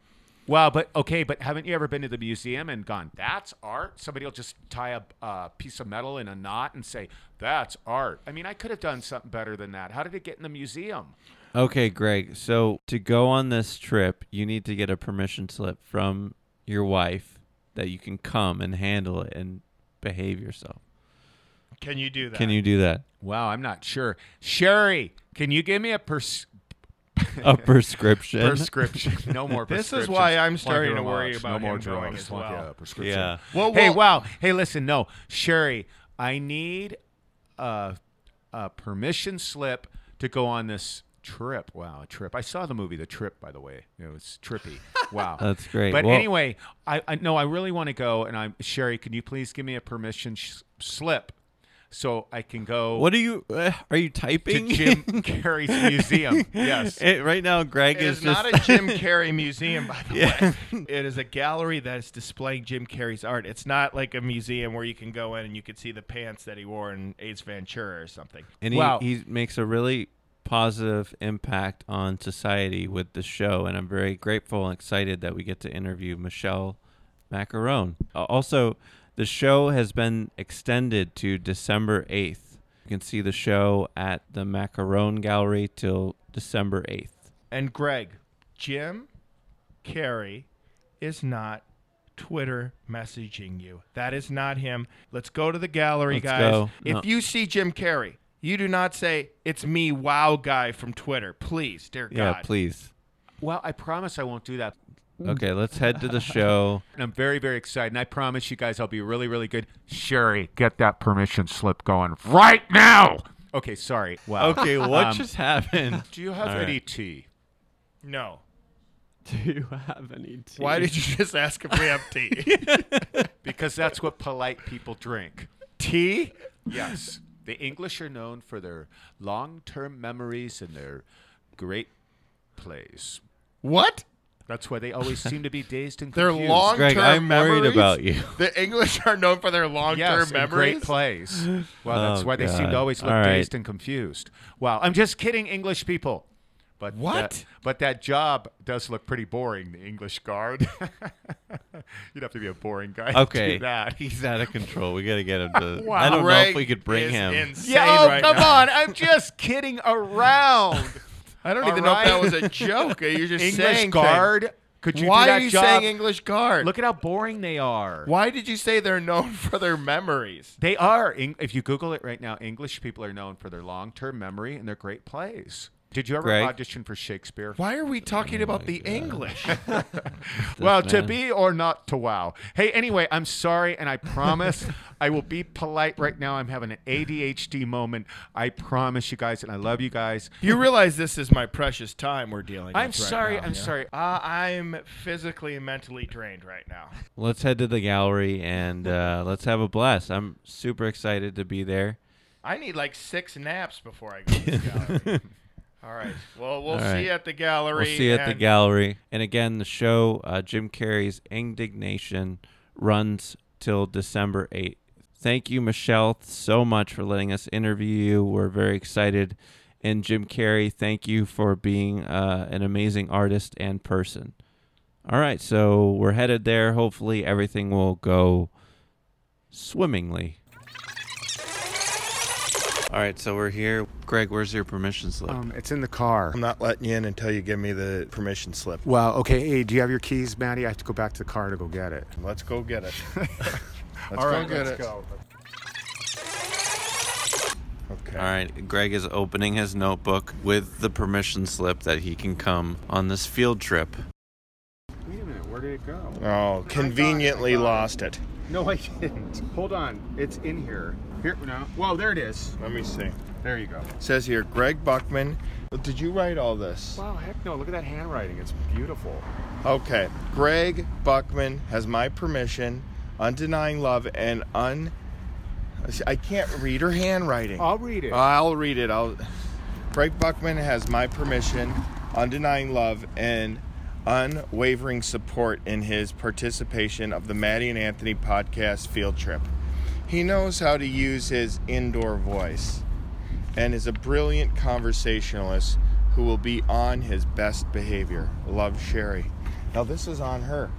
[SPEAKER 3] Wow, but okay, but haven't you ever been to the museum and gone, that's art? Somebody will just tie a uh, piece of metal in a knot and say, that's art. I mean, I could have done something better than that. How did it get in the museum?
[SPEAKER 2] Okay, Greg. So to go on this trip, you need to get a permission slip from your wife that you can come and handle it and behave yourself.
[SPEAKER 1] Can you do that?
[SPEAKER 2] Can you do that?
[SPEAKER 3] Wow, I'm not sure. Sherry, can you give me a pers-
[SPEAKER 2] A prescription.
[SPEAKER 3] prescription? No more
[SPEAKER 1] This is
[SPEAKER 3] prescriptions.
[SPEAKER 1] why I'm
[SPEAKER 3] Plunk
[SPEAKER 1] starting
[SPEAKER 3] your
[SPEAKER 1] to worry
[SPEAKER 3] logs.
[SPEAKER 1] about
[SPEAKER 3] no more
[SPEAKER 1] him growing
[SPEAKER 3] drugs.
[SPEAKER 1] as
[SPEAKER 3] Plunk
[SPEAKER 1] well.
[SPEAKER 3] a prescription.
[SPEAKER 2] yeah.
[SPEAKER 1] Well,
[SPEAKER 3] Hey,
[SPEAKER 1] well-
[SPEAKER 3] wow. Hey, listen, no. Sherry, I need a, a permission slip to go on this trip. Wow, a trip. I saw the movie The Trip, by the way. It was trippy. Wow.
[SPEAKER 2] That's great.
[SPEAKER 3] But
[SPEAKER 2] Well-
[SPEAKER 3] anyway, I, I no, I really want to go. And I'm Sherry, can you please give me a permission sh- slip so I can go
[SPEAKER 2] What are you? Uh, are you
[SPEAKER 3] to
[SPEAKER 2] typing?
[SPEAKER 3] Jim Carrey's museum? Yes.
[SPEAKER 2] It- right now, Greg
[SPEAKER 1] It
[SPEAKER 2] is,
[SPEAKER 1] is not a
[SPEAKER 2] just
[SPEAKER 1] Jim Carrey museum, by the
[SPEAKER 2] Yeah.
[SPEAKER 1] way. It is a gallery that is displaying Jim Carrey's art. It's not like a museum where you can go in and you can see the pants that he wore in Ace Ventura or something.
[SPEAKER 2] and he,
[SPEAKER 3] Wow.
[SPEAKER 2] he makes a really positive impact on society with the show and i'm very grateful and excited that we get to interview michelle macaron Uh, also the show has been extended to december 8th you can see the show at the macaron gallery till december 8th
[SPEAKER 1] And Greg, Jim Carrey is not Twitter messaging you. That is not him. Let's go to the gallery,
[SPEAKER 2] Let's
[SPEAKER 1] guys.
[SPEAKER 2] go.
[SPEAKER 1] If
[SPEAKER 2] No.
[SPEAKER 1] you see Jim Carrey, you do not say, It's me, wow guy from Twitter. Please, dear
[SPEAKER 2] yeah
[SPEAKER 1] God.
[SPEAKER 2] please
[SPEAKER 3] Well, I promise I won't do that.
[SPEAKER 1] Mm.
[SPEAKER 2] okay let's head to the show
[SPEAKER 3] And I'm very, very excited. And I promise you guys I'll be really, really good. Sherry, get that permission slip going right now. Okay, sorry. Wow.
[SPEAKER 2] okay what
[SPEAKER 3] Um,
[SPEAKER 2] just happened
[SPEAKER 3] Do you have
[SPEAKER 2] All right.
[SPEAKER 3] any tea?
[SPEAKER 1] No.
[SPEAKER 4] Do you have any tea?
[SPEAKER 1] Why did you just ask if we have tea?
[SPEAKER 3] Because that's what polite people drink.
[SPEAKER 1] tea?
[SPEAKER 3] Yes. The English are known for their long term memories and their great plays.
[SPEAKER 1] What?
[SPEAKER 3] That's why they always seem to be dazed and
[SPEAKER 1] Their
[SPEAKER 3] confused.
[SPEAKER 1] long term
[SPEAKER 2] Greg, I'm worried
[SPEAKER 1] memories?
[SPEAKER 2] about you.
[SPEAKER 1] The English are known for their long term
[SPEAKER 3] yes, and
[SPEAKER 1] memories.
[SPEAKER 3] great plays. Wow, that's
[SPEAKER 2] Oh,
[SPEAKER 3] why they seem
[SPEAKER 2] God.
[SPEAKER 3] to always look
[SPEAKER 2] All right.
[SPEAKER 3] dazed and confused. Wow, I'm just kidding, English people. But
[SPEAKER 1] What?
[SPEAKER 3] That, but that job does look pretty boring. The English guard. You'd have to be a boring guy to
[SPEAKER 2] Okay,
[SPEAKER 3] do that.
[SPEAKER 2] he's out of control. We gotta get him to. I don't know
[SPEAKER 1] Greg
[SPEAKER 2] if we could
[SPEAKER 1] is
[SPEAKER 2] bring him.
[SPEAKER 1] Insane
[SPEAKER 3] Yeah, oh,
[SPEAKER 1] right
[SPEAKER 3] come
[SPEAKER 1] now.
[SPEAKER 3] on. I'm just kidding around.
[SPEAKER 1] I don't
[SPEAKER 3] All
[SPEAKER 1] even
[SPEAKER 3] right.
[SPEAKER 1] know if that was a joke. You're just
[SPEAKER 3] English
[SPEAKER 1] saying
[SPEAKER 3] guard. Could
[SPEAKER 1] Things.
[SPEAKER 3] you
[SPEAKER 1] Why
[SPEAKER 3] do
[SPEAKER 1] are
[SPEAKER 3] that
[SPEAKER 1] you
[SPEAKER 3] job?
[SPEAKER 1] saying English guard?
[SPEAKER 3] Look at how boring they are.
[SPEAKER 1] Why did you say they're known for their memories?
[SPEAKER 3] They are. Eng- If you Google it right now, English people are known for their long-term memory and their great plays. Did you ever
[SPEAKER 2] Greg?
[SPEAKER 3] audition for Shakespeare?
[SPEAKER 1] Why are we talking about the English?
[SPEAKER 2] This
[SPEAKER 3] Well, to
[SPEAKER 2] man.
[SPEAKER 3] be or not to wow. Hey, anyway, I'm sorry, and I promise I will be polite right now. I'm having an ADHD moment. I promise you guys, and I love you guys.
[SPEAKER 1] you realize this is my precious time we're dealing
[SPEAKER 3] I'm
[SPEAKER 1] with. right
[SPEAKER 3] sorry.
[SPEAKER 1] now,
[SPEAKER 3] I'm
[SPEAKER 1] yeah?
[SPEAKER 3] sorry.
[SPEAKER 1] Uh, I'm physically and mentally drained right now.
[SPEAKER 2] let's head to the gallery and uh, let's have a blast. I'm super excited to be there.
[SPEAKER 1] I need like six naps before I go to the gallery. All right. Well, we'll
[SPEAKER 2] All
[SPEAKER 1] see
[SPEAKER 2] right.
[SPEAKER 1] you at the gallery.
[SPEAKER 2] We'll see you at the
[SPEAKER 1] and-
[SPEAKER 2] gallery. And again, the show uh, Jim Carrey's Indignation runs till December 8th. Thank you, Michelle, so much for letting us interview you. We're very excited. And Jim Carrey, thank you for being uh, an amazing artist and person. All right, so we're headed there. Hopefully, everything will go swimmingly. All right, so we're here. Greg, where's your permission slip?
[SPEAKER 6] Um, it's in the car.
[SPEAKER 7] I'm not letting you in until you give me the permission slip.
[SPEAKER 6] Well, okay. Hey, do you have your keys, Maddie? I have to go back to the car to go get it.
[SPEAKER 7] Let's go get it. let's
[SPEAKER 6] All
[SPEAKER 7] go
[SPEAKER 6] right,
[SPEAKER 7] get
[SPEAKER 6] let's
[SPEAKER 7] it.
[SPEAKER 6] go.
[SPEAKER 7] Okay.
[SPEAKER 2] All right, Greg is opening his notebook with the permission slip that he can come on this field trip.
[SPEAKER 6] Wait a minute. Where did it go?
[SPEAKER 7] Oh, conveniently lost it.
[SPEAKER 6] No, I didn't. Hold on. It's in here. Here. No. Whoa, there it is.
[SPEAKER 7] Let me see.
[SPEAKER 6] There you go.
[SPEAKER 7] says here, Greg Buckman. Did you write all this?
[SPEAKER 6] Wow, heck no. Look at that handwriting. It's beautiful.
[SPEAKER 7] Okay. Greg Buckman has my permission, undenying love, and un. I can't read her handwriting.
[SPEAKER 6] I'll read it.
[SPEAKER 7] Uh, I'll read it. I'll. Greg Buckman has my permission, undenying love, and unwavering support in his participation of the Maddie and Anthony podcast field trip. He knows how to use his indoor voice and is a brilliant conversationalist who will be on his best behavior. Love Sherry. Now, this is on her,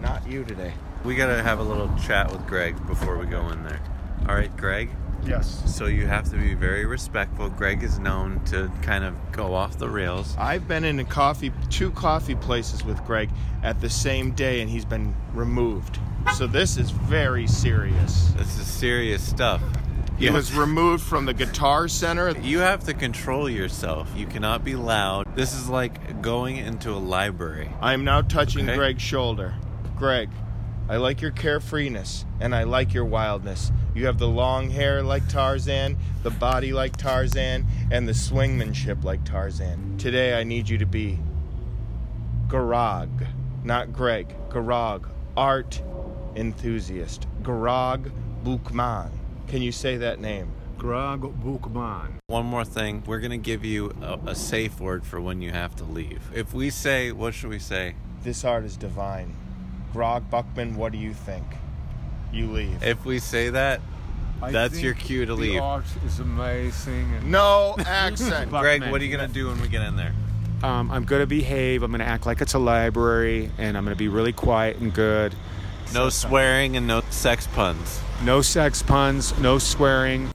[SPEAKER 7] not you today.
[SPEAKER 2] We got to have a little chat with Greg before we go in there. All right, Greg,
[SPEAKER 7] Yes.
[SPEAKER 2] so you have to be very respectful. Greg is known to kind of go off the rails.
[SPEAKER 7] I've been in a coffee, two coffee places with Greg at the same day, and he's been removed.
[SPEAKER 1] So this is very serious.
[SPEAKER 2] This is serious stuff.
[SPEAKER 1] He was removed from the Guitar Center.
[SPEAKER 2] You have to control yourself. You cannot be loud. This is like going into a library.
[SPEAKER 1] I am now touching
[SPEAKER 2] Okay.
[SPEAKER 1] Greg's shoulder. Greg, I like your carefreeness and I like your wildness. You have the long hair like Tarzan, the body like Tarzan, and the swingmanship like Tarzan. Today I need you to be Garog, not Greg. Garog, art enthusiast. Garog Bukman. Can you say that name?
[SPEAKER 8] Grog Bukman.
[SPEAKER 2] One more thing. We're going to give you a, a safe word for when you have to leave. If we say, what should we say?
[SPEAKER 1] This art is divine. Grog Buckman, what do you think? You leave.
[SPEAKER 2] If we say that, that's your cue to leave.
[SPEAKER 8] art is amazing.
[SPEAKER 1] No accent.
[SPEAKER 2] Greg,
[SPEAKER 3] Buckman.
[SPEAKER 2] what are you going to do when we get in there?
[SPEAKER 3] Um, I'm gonna behave. I'm gonna act like it's a library, and I'm gonna be really quiet and good.
[SPEAKER 2] No swearing and no sex puns.
[SPEAKER 3] No sex puns. No swearing.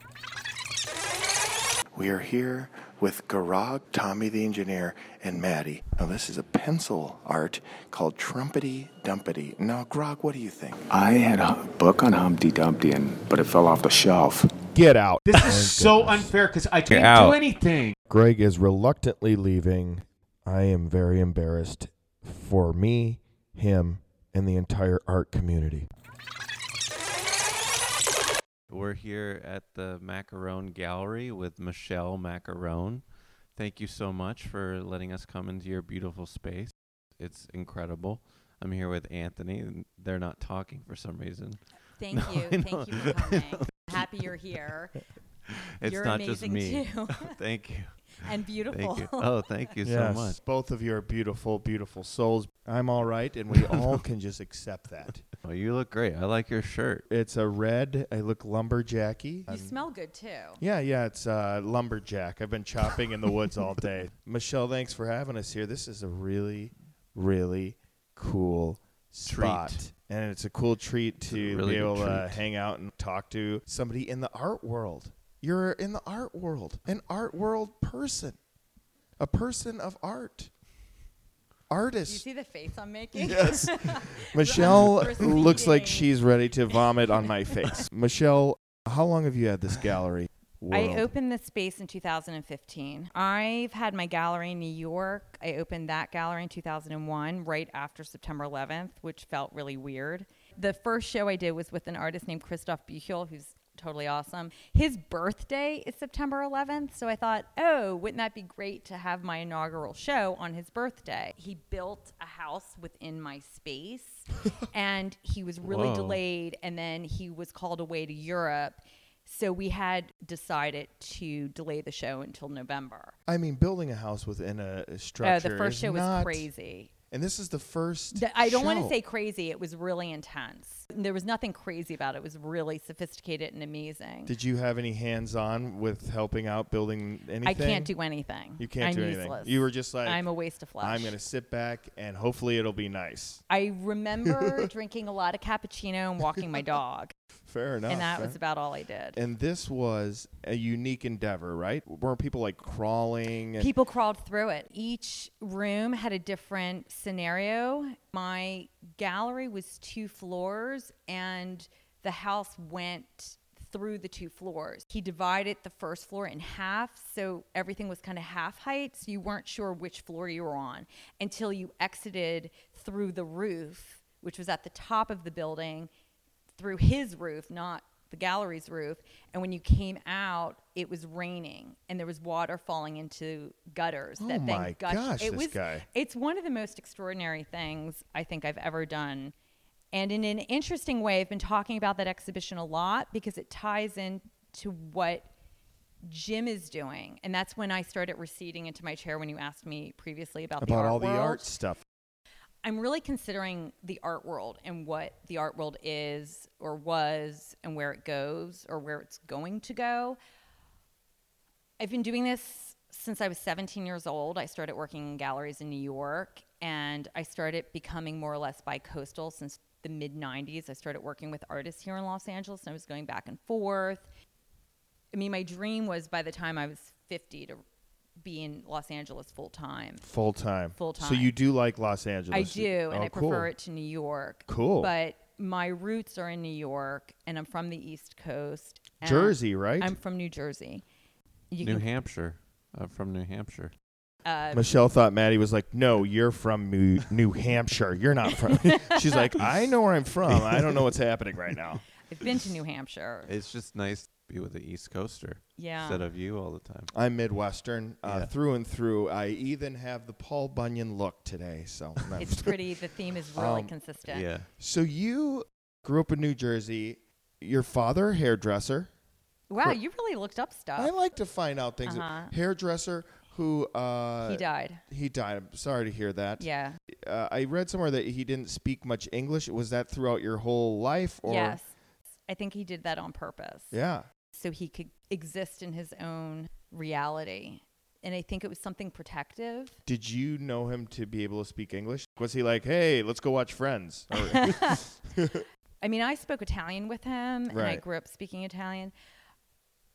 [SPEAKER 1] We are here with Garag, Tommy the engineer, and Maddie. Now, this is a pencil art called Trumpety Dumpety. Now, Grog, what do you think?
[SPEAKER 9] I had a book on Humpty Dumpty, and, but it fell off the shelf.
[SPEAKER 1] Get out.
[SPEAKER 3] This is so unfair because I didn't
[SPEAKER 2] out.
[SPEAKER 3] do anything.
[SPEAKER 1] Greg is reluctantly leaving. I am very embarrassed for me, him, and the entire art community.
[SPEAKER 2] We're here at the Macaron Gallery with Michelle Macaron. Thank you so much for letting us come into your beautiful space. It's incredible. I'm here with Anthony, and they're not talking for some reason.
[SPEAKER 10] Thank
[SPEAKER 2] No,
[SPEAKER 10] you.
[SPEAKER 2] I know.
[SPEAKER 10] Thank you for
[SPEAKER 2] I
[SPEAKER 10] coming.
[SPEAKER 2] know.
[SPEAKER 10] Happy you're here.
[SPEAKER 2] It's
[SPEAKER 10] You're
[SPEAKER 2] not just
[SPEAKER 10] amazing
[SPEAKER 2] me.
[SPEAKER 10] too.
[SPEAKER 2] Thank you.
[SPEAKER 10] and beautiful.
[SPEAKER 2] Thank you. Oh, thank you so much.
[SPEAKER 1] Both of you are beautiful, beautiful souls. I'm all right, and we all can just accept that.
[SPEAKER 2] Oh, you look great. I like your shirt.
[SPEAKER 1] It's a red. I look lumberjacky.
[SPEAKER 10] You
[SPEAKER 1] Um,
[SPEAKER 10] smell good too.
[SPEAKER 1] Yeah, yeah, it's uh, lumberjack. I've been chopping in the woods all day. Michelle, thanks for having us here. This is a really, really cool spot,
[SPEAKER 2] Treat.
[SPEAKER 1] and it's a cool treat
[SPEAKER 2] a
[SPEAKER 1] to
[SPEAKER 2] really
[SPEAKER 1] be
[SPEAKER 2] good
[SPEAKER 1] able to
[SPEAKER 2] treat.
[SPEAKER 1] hang out and talk to somebody in the art world. You're in the art world, an art world person, a person of art,
[SPEAKER 10] Do you
[SPEAKER 1] artist.
[SPEAKER 10] see the face I'm making?
[SPEAKER 1] Yes. Michelle
[SPEAKER 10] Proceeding.
[SPEAKER 1] looks like she's ready to vomit on my face. Michelle, how long have you had this gallery?
[SPEAKER 10] I
[SPEAKER 1] World?
[SPEAKER 10] opened this space in 2015. I've had my gallery in New York. I opened that gallery in 2001, right after September 11th, which felt really weird. The first show I did was with an artist named Christoph Buchel, who's totally awesome. His birthday is September 11th, so I thought, oh, wouldn't that be great to have my inaugural show on his birthday? He built a house within my space, and he was really
[SPEAKER 2] Whoa.
[SPEAKER 10] delayed delayed, and then he was called away to Europe. So we had decided to delay the show until November.
[SPEAKER 1] I mean, building a house within a, a structure.
[SPEAKER 10] Oh, the first
[SPEAKER 1] is
[SPEAKER 10] show was
[SPEAKER 1] not-
[SPEAKER 10] crazy.
[SPEAKER 1] And this is the first.
[SPEAKER 10] Th- I don't want to
[SPEAKER 1] show.
[SPEAKER 10] say crazy. It was really intense. There was nothing crazy about it. It was really sophisticated and amazing.
[SPEAKER 1] Did you have any hands-on with helping out building anything?
[SPEAKER 10] I can't do anything.
[SPEAKER 1] You can't
[SPEAKER 10] I'm
[SPEAKER 1] do anything.
[SPEAKER 10] useless.
[SPEAKER 1] You were just like
[SPEAKER 10] I'm a waste of flesh.
[SPEAKER 1] I'm gonna sit back and hopefully it'll be nice.
[SPEAKER 10] I remember drinking a lot of cappuccino and walking my dog,
[SPEAKER 1] Fair enough.
[SPEAKER 10] and that
[SPEAKER 1] fair-
[SPEAKER 10] was about all I did.
[SPEAKER 1] And this was a unique endeavor, right? Were people like crawling? and-
[SPEAKER 10] People crawled through it. Each room had a different scenario. My gallery was two floors, and the house went through the two floors. He divided the first floor in half, so everything was kind of half height, so you weren't sure which floor you were on until you exited through the roof, which was at the top of the building through his roof, not the gallery's roof. And when you came out, it was raining and there was water falling into gutters.
[SPEAKER 1] Oh
[SPEAKER 10] that
[SPEAKER 1] my
[SPEAKER 10] then gushed.
[SPEAKER 1] gosh,
[SPEAKER 10] it
[SPEAKER 1] this
[SPEAKER 10] was,
[SPEAKER 1] guy.
[SPEAKER 10] It's one of the most extraordinary things I think I've ever done. And in an interesting way, I've been talking about that exhibition a lot because it ties into what Jim is doing. And that's when I started receding into my chair when you asked me previously about, the
[SPEAKER 1] about
[SPEAKER 10] art
[SPEAKER 1] all the
[SPEAKER 10] world.
[SPEAKER 1] art stuff.
[SPEAKER 10] I'm really considering the art world and what the art world is or was and where it goes or where it's going to go. I've been doing this since I was 17 years old. I started working in galleries in New York and I started becoming more or less bi coastal since the mid 90s. I started working with artists here in Los Angeles and I was going back and forth. I mean, my dream was by the time I was 50 to be in Los Angeles full time.
[SPEAKER 1] Full time. So
[SPEAKER 10] Full-time.
[SPEAKER 1] you do like Los Angeles?
[SPEAKER 10] I do,
[SPEAKER 1] Oh,
[SPEAKER 10] and I
[SPEAKER 1] cool.
[SPEAKER 10] prefer it to New York.
[SPEAKER 1] Cool.
[SPEAKER 10] But my roots are in New York, and I'm from the East Coast. and
[SPEAKER 1] Jersey, right?
[SPEAKER 10] I'm from New Jersey. You
[SPEAKER 2] New
[SPEAKER 10] can-
[SPEAKER 2] Hampshire. Uh, from New Hampshire.
[SPEAKER 10] uh,
[SPEAKER 1] Michelle thought Maddie was like, "No, you're from New, New Hampshire. You're not from." She's like, "I know where I'm from. I don't know what's happening right now."
[SPEAKER 10] I've been to New Hampshire.
[SPEAKER 2] It's just nice to be with the East Coaster
[SPEAKER 10] Yeah.
[SPEAKER 2] instead of you all the time.
[SPEAKER 1] I'm Midwestern uh,
[SPEAKER 2] Yeah.
[SPEAKER 1] through and through. I even have the Paul Bunyan look today. So,
[SPEAKER 10] it's pretty. The theme is
[SPEAKER 1] Um,
[SPEAKER 10] really consistent.
[SPEAKER 2] Yeah.
[SPEAKER 1] so you grew up in New Jersey. Your father, hairdresser.
[SPEAKER 10] Wow, you really looked up stuff.
[SPEAKER 1] I like to find out things.
[SPEAKER 10] Uh, Uh-huh.
[SPEAKER 1] Hairdresser who uh,
[SPEAKER 10] he died.
[SPEAKER 1] He died. I'm sorry to hear that.
[SPEAKER 10] Yeah.
[SPEAKER 1] Uh, I read somewhere that he didn't speak much English. Was that throughout your whole life? Or
[SPEAKER 10] yes. I think he did that on purpose.
[SPEAKER 1] Yeah.
[SPEAKER 10] so he could exist in his own reality. And I think it was something protective.
[SPEAKER 1] Did you know him to be able to speak English? Was he like, "Hey, let's go watch Friends"? Or-
[SPEAKER 10] I mean, I spoke Italian with him and I
[SPEAKER 1] Right.
[SPEAKER 10] grew up speaking Italian.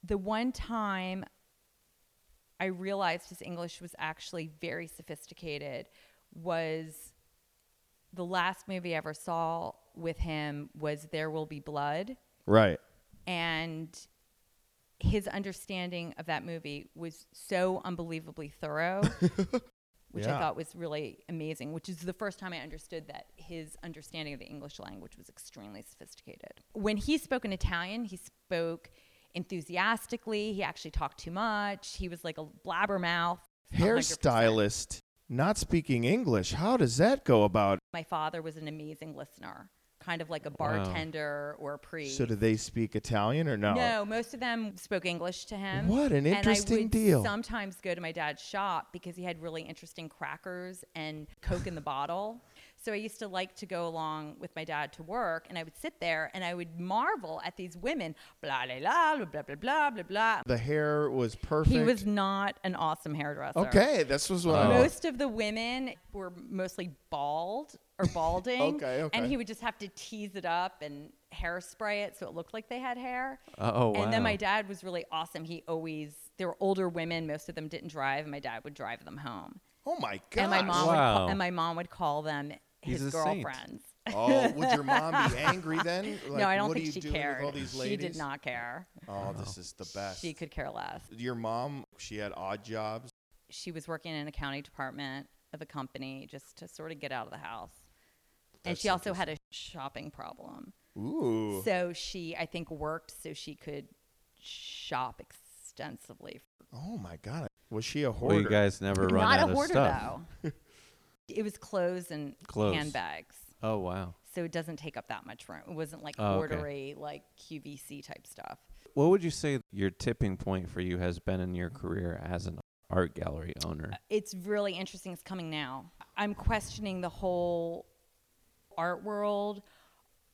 [SPEAKER 10] The one time I realized his English was actually very sophisticated was the last movie I ever saw with him was There Will Be Blood.
[SPEAKER 1] right.
[SPEAKER 10] and his understanding of that movie was so unbelievably thorough which
[SPEAKER 1] Yeah.
[SPEAKER 10] i thought was really amazing which is the first time i understood that his understanding of the english language was extremely sophisticated when he spoke in italian he spoke enthusiastically he actually talked too much he was like a blabbermouth 100%.
[SPEAKER 1] Hairstylist not speaking English. How does that go about?
[SPEAKER 10] my father was an amazing listener kind of like a bartender or a priest
[SPEAKER 1] So, do they speak Italian or no?
[SPEAKER 10] No, most of them spoke English to him.
[SPEAKER 1] What an interesting
[SPEAKER 10] and I would
[SPEAKER 1] deal.
[SPEAKER 10] Sometimes go to my dad's shop because he had really interesting crackers and Coke in the bottle. So I used to like to go along with my dad to work, and I would sit there and I would marvel at these women. Blah blah blah blah blah blah blah blah.
[SPEAKER 1] The hair was perfect. Oh.
[SPEAKER 10] He was not an awesome hairdresser.
[SPEAKER 1] okay. This was what. I
[SPEAKER 10] Most of the women were mostly bald or balding.
[SPEAKER 1] Okay, okay.
[SPEAKER 10] And he would just have to tease it up and hairspray it so it looked like they had hair.
[SPEAKER 2] Oh,
[SPEAKER 10] And then
[SPEAKER 2] wow.
[SPEAKER 10] my dad was really awesome. He always, they were older women. Most of them didn't drive, and my dad would drive them home.
[SPEAKER 1] oh my god.
[SPEAKER 10] And my mom would
[SPEAKER 2] Wow.
[SPEAKER 10] call, and my mom would call them
[SPEAKER 2] He's
[SPEAKER 10] his
[SPEAKER 2] a saint.
[SPEAKER 10] girlfriends.
[SPEAKER 1] oh, would your mom be angry then? Like,
[SPEAKER 10] no, I don't
[SPEAKER 1] what
[SPEAKER 10] think
[SPEAKER 1] are you
[SPEAKER 10] she
[SPEAKER 1] doing
[SPEAKER 10] cared.
[SPEAKER 1] With all these
[SPEAKER 10] she
[SPEAKER 1] ladies?
[SPEAKER 10] did not care.
[SPEAKER 1] Oh, this is the best.
[SPEAKER 10] She could care less.
[SPEAKER 1] Your mom, she had odd jobs.
[SPEAKER 10] She was working in an accounting department of a company just to sort of get out of the house. and
[SPEAKER 1] That's
[SPEAKER 10] she also had a shopping problem.
[SPEAKER 1] Ooh.
[SPEAKER 10] So she, I think, worked so she could shop extensively.
[SPEAKER 1] oh my god. Was she a hoarder?
[SPEAKER 2] Well, you guys never run
[SPEAKER 10] Not
[SPEAKER 2] out
[SPEAKER 10] a
[SPEAKER 2] of
[SPEAKER 10] hoarder,
[SPEAKER 2] stuff.
[SPEAKER 10] though. it was clothes and
[SPEAKER 2] Clothes.
[SPEAKER 10] handbags.
[SPEAKER 2] Oh wow.
[SPEAKER 10] So it doesn't take up that much room. It wasn't like
[SPEAKER 2] Oh, okay.
[SPEAKER 10] hoardery, like QVC type stuff.
[SPEAKER 2] What would you say your tipping point for you has been in your career as an art gallery owner?
[SPEAKER 10] It's really interesting. It's coming now. I'm questioning the whole art world.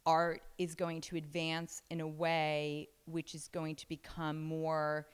[SPEAKER 10] Art is going to advance in a way which is going to become more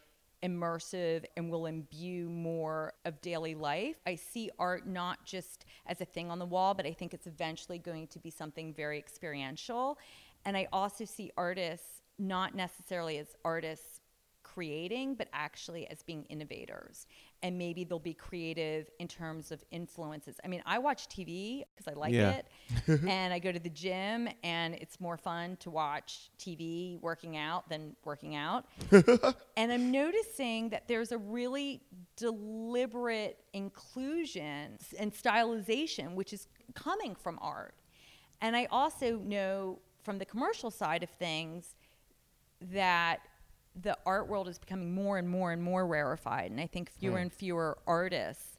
[SPEAKER 10] immersive and will imbue more of daily life. I see art not just as a thing on the wall, but I think it's eventually going to be something very experiential. And I also see artists not necessarily as artists creating, but actually as being innovators. And maybe they'll be creative in terms of influences. I mean, I watch TV because I like
[SPEAKER 2] Yeah.
[SPEAKER 10] it, and I go to the gym, and it's more fun to watch TV working out than working out. and I'm noticing that there's a really deliberate inclusion and stylization, which is coming from art. And I also know from the commercial side of things, that the art world is becoming more and more and more rarefied and i think fewer and fewer artists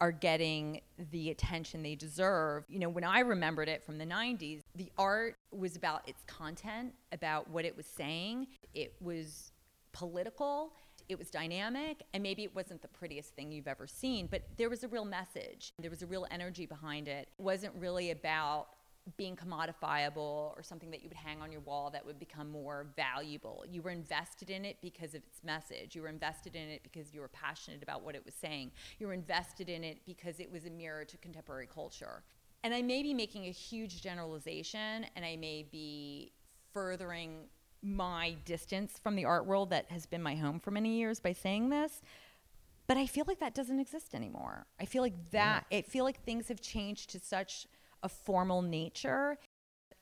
[SPEAKER 10] are getting the attention they deserve you know when i remembered it from the 90s the art was about its content about what it was saying it was political it was dynamic and maybe it wasn't the prettiest thing you've ever seen but there was a real message there was a real energy behind it it wasn't really about being commodifiable or something that you would hang on your wall that would become more valuable. You were invested in it because of its message. You were invested in it because you were passionate about what it was saying. You were invested in it because it was a mirror to contemporary culture. And I may be making a huge generalization and I may be furthering my distance from the art world that has been my home for many years by saying this but I feel like that doesn't exist anymore. I feel like that I feel like things have changed to such a formal nature.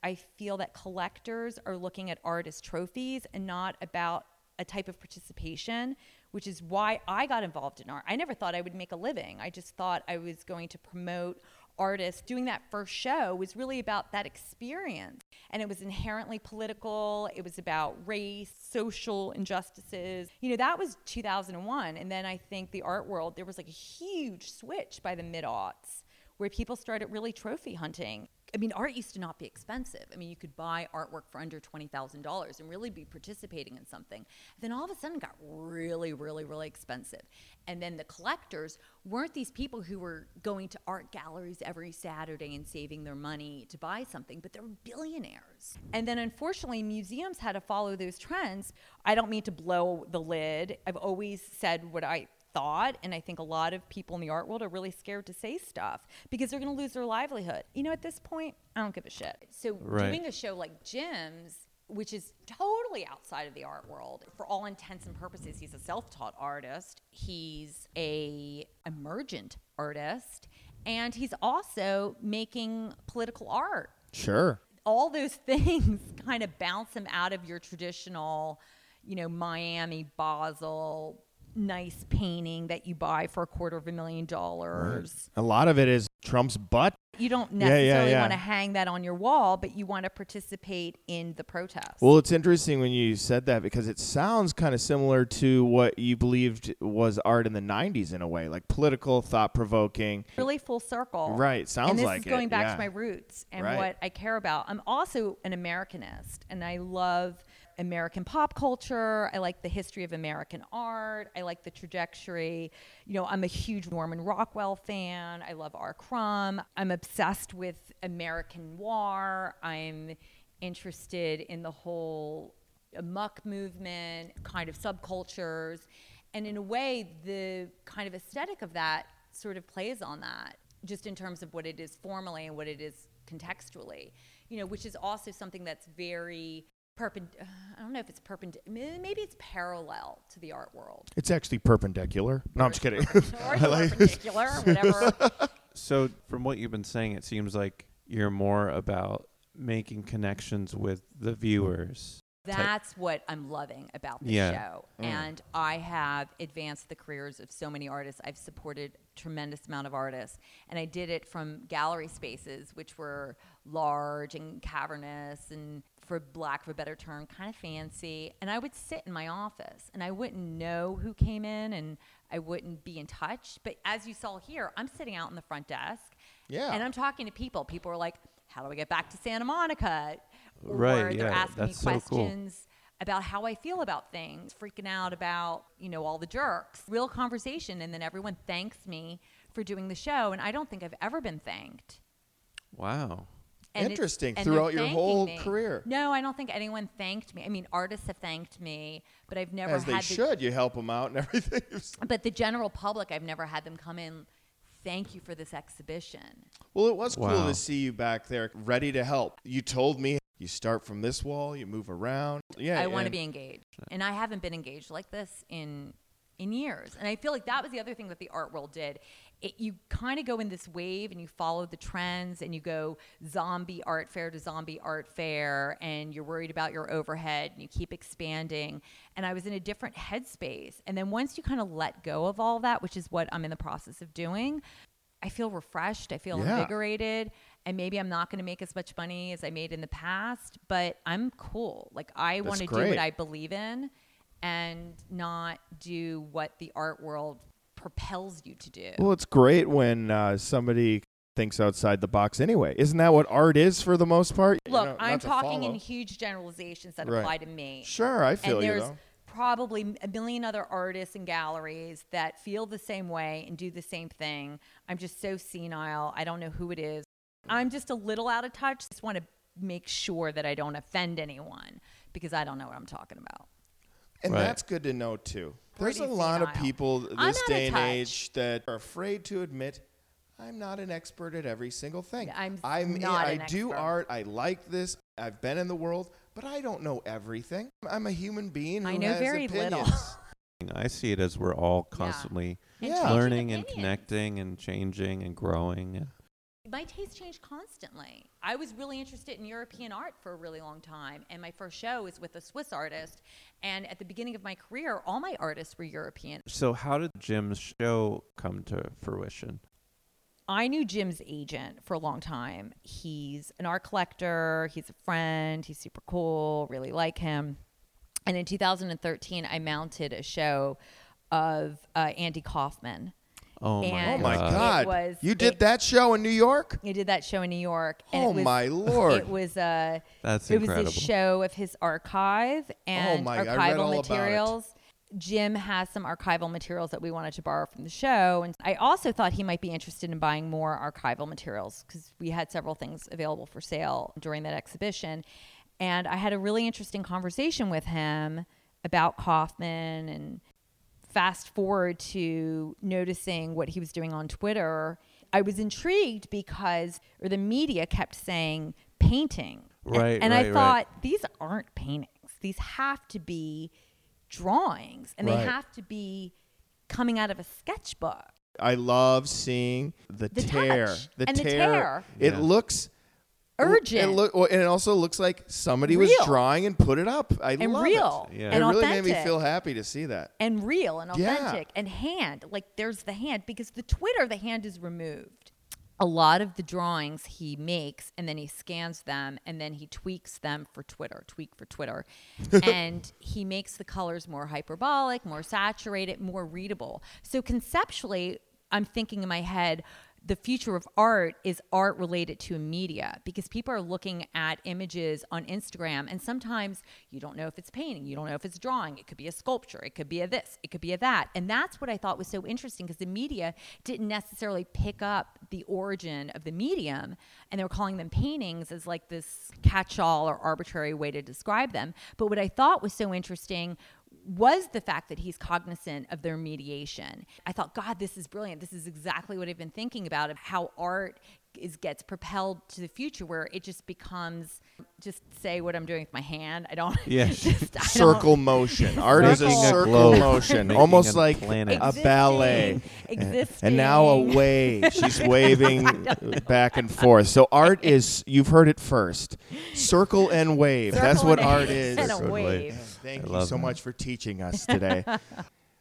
[SPEAKER 10] I feel that collectors are looking at art as trophies and not about a type of participation, which is why I got involved in art. I never thought I would make a living. I just thought I was going to promote artists. Doing that first show was really about that experience. And it was inherently political, it was about race, social injustices. You know, that was 2001. And then I think the art world, there was like a huge switch by the mid aughts where people started really trophy hunting. I mean, art used to not be expensive. I mean, you could buy artwork for under $20,000 and really be participating in something. Then all of a sudden it got really, really, really expensive. And then the collectors weren't these people who were going to art galleries every Saturday and saving their money to buy something, but they were billionaires. And then unfortunately, museums had to follow those trends. I don't mean to blow the lid. I've always said what I thought and i think a lot of people in the art world are really scared to say stuff because they're going to lose their livelihood you know at this point i don't give a shit so
[SPEAKER 2] Right.
[SPEAKER 10] doing a show like jim's which is totally outside of the art world for all intents and purposes he's a self-taught artist he's a emergent artist and he's also making political art
[SPEAKER 11] Sure.
[SPEAKER 10] all those things kind of bounce them out of your traditional, you know, Miami Basel nice painting that you buy for a quarter of a million dollars.
[SPEAKER 11] A lot of it is Trump's butt.
[SPEAKER 10] You don't
[SPEAKER 11] Yeah, yeah,
[SPEAKER 10] necessarily
[SPEAKER 11] yeah.
[SPEAKER 10] want to hang that on your wall, but you want to participate in the protest.
[SPEAKER 11] Well, it's interesting when you said that because it sounds kind of similar to what you believed was art in the 90s in a way, like political, thought provoking.
[SPEAKER 10] really full circle.
[SPEAKER 11] Right, sounds
[SPEAKER 10] and this
[SPEAKER 11] like
[SPEAKER 10] is going
[SPEAKER 11] it,
[SPEAKER 10] back
[SPEAKER 11] yeah.
[SPEAKER 10] to my roots and
[SPEAKER 11] Right.
[SPEAKER 10] what I care about. I'm also an Americanist, and I love American pop culture. I like the history of American art. I like the trajectory. You know, I'm a huge Norman Rockwell fan. I love R. Crumb. I'm obsessed with American noir. I'm interested in the whole muck movement, kind of subcultures. And in a way, the kind of aesthetic of that sort of plays on that, just in terms of what it is formally and what it is contextually, you know, which is also something that's very perpend. I don't know if it's perpendicular, maybe it's parallel to the art world.
[SPEAKER 11] It's actually perpendicular. No, I'm just kidding.
[SPEAKER 10] Or perpendicular, whatever.
[SPEAKER 2] So, from what you've been saying, it seems like you're more about making connections with the viewers.
[SPEAKER 10] That's what I'm loving about the
[SPEAKER 2] Yeah.
[SPEAKER 10] show. And I have advanced the careers of so many artists. I've supported tremendous amount of artists. And I did it from gallery spaces, which were large and cavernous and for lack of a better term, kind of fancy. And I would sit in my office and I wouldn't know who came in and I wouldn't be in touch. But as you saw here, I'm sitting out in the front desk.
[SPEAKER 11] Yeah.
[SPEAKER 10] And I'm talking to people. People are like, how do I get back to Santa Monica? Or
[SPEAKER 2] Right,
[SPEAKER 10] they're
[SPEAKER 2] yeah,
[SPEAKER 10] asking
[SPEAKER 2] that's
[SPEAKER 10] me
[SPEAKER 2] so cool.
[SPEAKER 10] questions about how I feel about things, freaking out about, you know, all the jerks. Real conversation. And then everyone thanks me for doing the show. And I don't think I've ever been thanked.
[SPEAKER 2] Wow.
[SPEAKER 10] And it's-
[SPEAKER 11] Interesting,
[SPEAKER 10] and they're
[SPEAKER 11] throughout your
[SPEAKER 10] thanking
[SPEAKER 11] whole
[SPEAKER 10] me.
[SPEAKER 11] career.
[SPEAKER 10] No, I don't think anyone thanked me. I mean, artists have thanked me, but I've never
[SPEAKER 11] As
[SPEAKER 10] had
[SPEAKER 11] they
[SPEAKER 10] the,
[SPEAKER 11] should. You help them out and everything.
[SPEAKER 10] But the general public, I've never had them come in. Thank you for this exhibition.
[SPEAKER 11] Well, it was cool
[SPEAKER 2] Wow.
[SPEAKER 11] to see you back there ready to help. You told me you start from this wall, you move around. Yeah.
[SPEAKER 10] I want to
[SPEAKER 11] and-
[SPEAKER 10] be engaged, and I haven't been engaged like this in in years. And I feel like that was the other thing that the art world did. It, you kind of go in this wave and you follow the trends and you go zombie art fair to zombie art fair and you're worried about your overhead and you keep expanding. And I was in a different headspace. And then once you kind of let go of all that, which is what I'm in the process of doing, I feel refreshed. I feel
[SPEAKER 11] Yeah.
[SPEAKER 10] invigorated. And maybe I'm not going to make as much money as I made in the past, but I'm cool. Like, I want to do
[SPEAKER 11] great.
[SPEAKER 10] what I believe in and not do what the art world propels you to do.
[SPEAKER 11] Well, it's great when uh, somebody thinks outside the box anyway. Isn't that what art is for the most part? You
[SPEAKER 10] Look,
[SPEAKER 11] know,
[SPEAKER 10] I'm
[SPEAKER 11] not to
[SPEAKER 10] talking
[SPEAKER 11] follow.
[SPEAKER 10] in huge generalizations that
[SPEAKER 11] Right.
[SPEAKER 10] apply to me.
[SPEAKER 11] Sure, I feel
[SPEAKER 10] and
[SPEAKER 11] you
[SPEAKER 10] there's
[SPEAKER 11] though.
[SPEAKER 10] probably a million other artists and galleries that feel the same way and do the same thing. I'm just so senile. I don't know who it is. I'm just a little out of touch. Just want to make sure that I don't offend anyone because I don't know what I'm talking about.
[SPEAKER 11] And
[SPEAKER 2] Right.
[SPEAKER 11] that's good to know too. There's a
[SPEAKER 10] Pretty
[SPEAKER 11] lot of
[SPEAKER 10] senile.
[SPEAKER 11] people
[SPEAKER 10] I'm
[SPEAKER 11] this
[SPEAKER 10] out of
[SPEAKER 11] day and
[SPEAKER 10] touch.
[SPEAKER 11] age that are afraid to admit I'm not an expert at every single thing.
[SPEAKER 10] I'm
[SPEAKER 11] I'm
[SPEAKER 10] not
[SPEAKER 11] I
[SPEAKER 10] an
[SPEAKER 11] do
[SPEAKER 10] expert.
[SPEAKER 11] art. I like this. I've been in the world, but I don't know everything. I'm a human being who
[SPEAKER 10] I know
[SPEAKER 11] has
[SPEAKER 10] very
[SPEAKER 11] opinions.
[SPEAKER 10] little.
[SPEAKER 2] I see it as we're all constantly
[SPEAKER 10] And
[SPEAKER 11] Yeah.
[SPEAKER 10] changing
[SPEAKER 2] learning and
[SPEAKER 10] opinions.
[SPEAKER 2] connecting and changing and growing.
[SPEAKER 10] my taste changed constantly. I was really interested in European art for a really long time, and my first show was with a Swiss artist. And at the beginning of my career, all my artists were European.
[SPEAKER 2] So, how did Jim's show come to fruition?
[SPEAKER 10] I knew Jim's agent for a long time. He's an art collector, he's a friend, he's super cool, really like him. And in 2013, I mounted a show of uh, Andy Kaufman.
[SPEAKER 2] Oh my
[SPEAKER 10] And
[SPEAKER 12] Oh my
[SPEAKER 10] it
[SPEAKER 12] God!
[SPEAKER 10] was-
[SPEAKER 12] you
[SPEAKER 10] it-
[SPEAKER 12] did that show in New York?
[SPEAKER 10] I did that show in New York. and
[SPEAKER 12] Oh,
[SPEAKER 10] it was,
[SPEAKER 12] my Lord.
[SPEAKER 10] It was a
[SPEAKER 2] That's
[SPEAKER 10] it
[SPEAKER 2] incredible.
[SPEAKER 10] was a show of his archive and
[SPEAKER 12] Oh my- I read all
[SPEAKER 10] archival
[SPEAKER 12] about it.
[SPEAKER 10] materials. Jim has some archival materials that we wanted to borrow from the show, and I also thought he might be interested in buying more archival materials because we had several things available for sale during that exhibition. And I had a really interesting conversation with him about Kaufman and fast forward to noticing what he was doing on Twitter, I was intrigued because or the media kept saying painting. And-
[SPEAKER 2] Right,
[SPEAKER 10] And, I
[SPEAKER 2] right, right.
[SPEAKER 10] thought these aren't paintings. These have to be drawings and
[SPEAKER 1] Right.
[SPEAKER 10] they have to be coming out of a sketchbook.
[SPEAKER 1] I love seeing the,
[SPEAKER 10] The
[SPEAKER 1] tear.
[SPEAKER 10] touch
[SPEAKER 1] The,
[SPEAKER 10] and the
[SPEAKER 1] tear.
[SPEAKER 10] tear.
[SPEAKER 1] It
[SPEAKER 2] Yeah.
[SPEAKER 1] looks
[SPEAKER 10] Urgent.
[SPEAKER 1] It look, well, and it also looks like somebody
[SPEAKER 10] Real.
[SPEAKER 1] was drawing and put it up. I
[SPEAKER 10] And
[SPEAKER 1] love
[SPEAKER 10] real.
[SPEAKER 1] it.
[SPEAKER 10] Yeah.
[SPEAKER 1] It
[SPEAKER 10] And
[SPEAKER 1] really made me
[SPEAKER 10] authentic.
[SPEAKER 1] feel happy to see that.
[SPEAKER 10] and real and
[SPEAKER 1] Yeah.
[SPEAKER 10] authentic and hand. Like there's the hand because the Twitter, the hand is removed. A lot of the drawings he makes and then he scans them and then he tweaks them for Twitter, tweak for Twitter. and he makes the colors more hyperbolic, more saturated, more readable. So conceptually, I'm thinking in my head, the future of art is art related to media because people are looking at images on Instagram and sometimes you don't know if it's painting, you don't know if it's drawing, it could be a sculpture, it could be a this, it could be a that. And that's what I thought was so interesting because the media didn't necessarily pick up the origin of the medium and they were calling them paintings as like this catch all or arbitrary way to describe them. But what I thought was so interesting was the fact that he's cognizant of their mediation. I thought, God, this is brilliant. This is exactly what I've been thinking about of how art is gets propelled to the future where it just becomes just say what I'm doing with my hand. I don't
[SPEAKER 2] Yeah.
[SPEAKER 10] just I don't-
[SPEAKER 12] Circle motion. Art is a
[SPEAKER 10] Making a
[SPEAKER 12] circle
[SPEAKER 2] globe.
[SPEAKER 12] motion,
[SPEAKER 2] Making
[SPEAKER 12] almost
[SPEAKER 2] a
[SPEAKER 12] like
[SPEAKER 2] planet.
[SPEAKER 12] a ballet.
[SPEAKER 10] Existing.
[SPEAKER 1] And now a
[SPEAKER 10] Existing.
[SPEAKER 1] wave. She's waving back and forth. So art is you've heard it first. Circle and wave. That's
[SPEAKER 10] Circle
[SPEAKER 1] what
[SPEAKER 10] and a-
[SPEAKER 1] art is.
[SPEAKER 10] and a
[SPEAKER 2] Circle and
[SPEAKER 10] wave.
[SPEAKER 1] Thank
[SPEAKER 2] I
[SPEAKER 1] you
[SPEAKER 2] love
[SPEAKER 1] so
[SPEAKER 2] that.
[SPEAKER 1] much for teaching us today.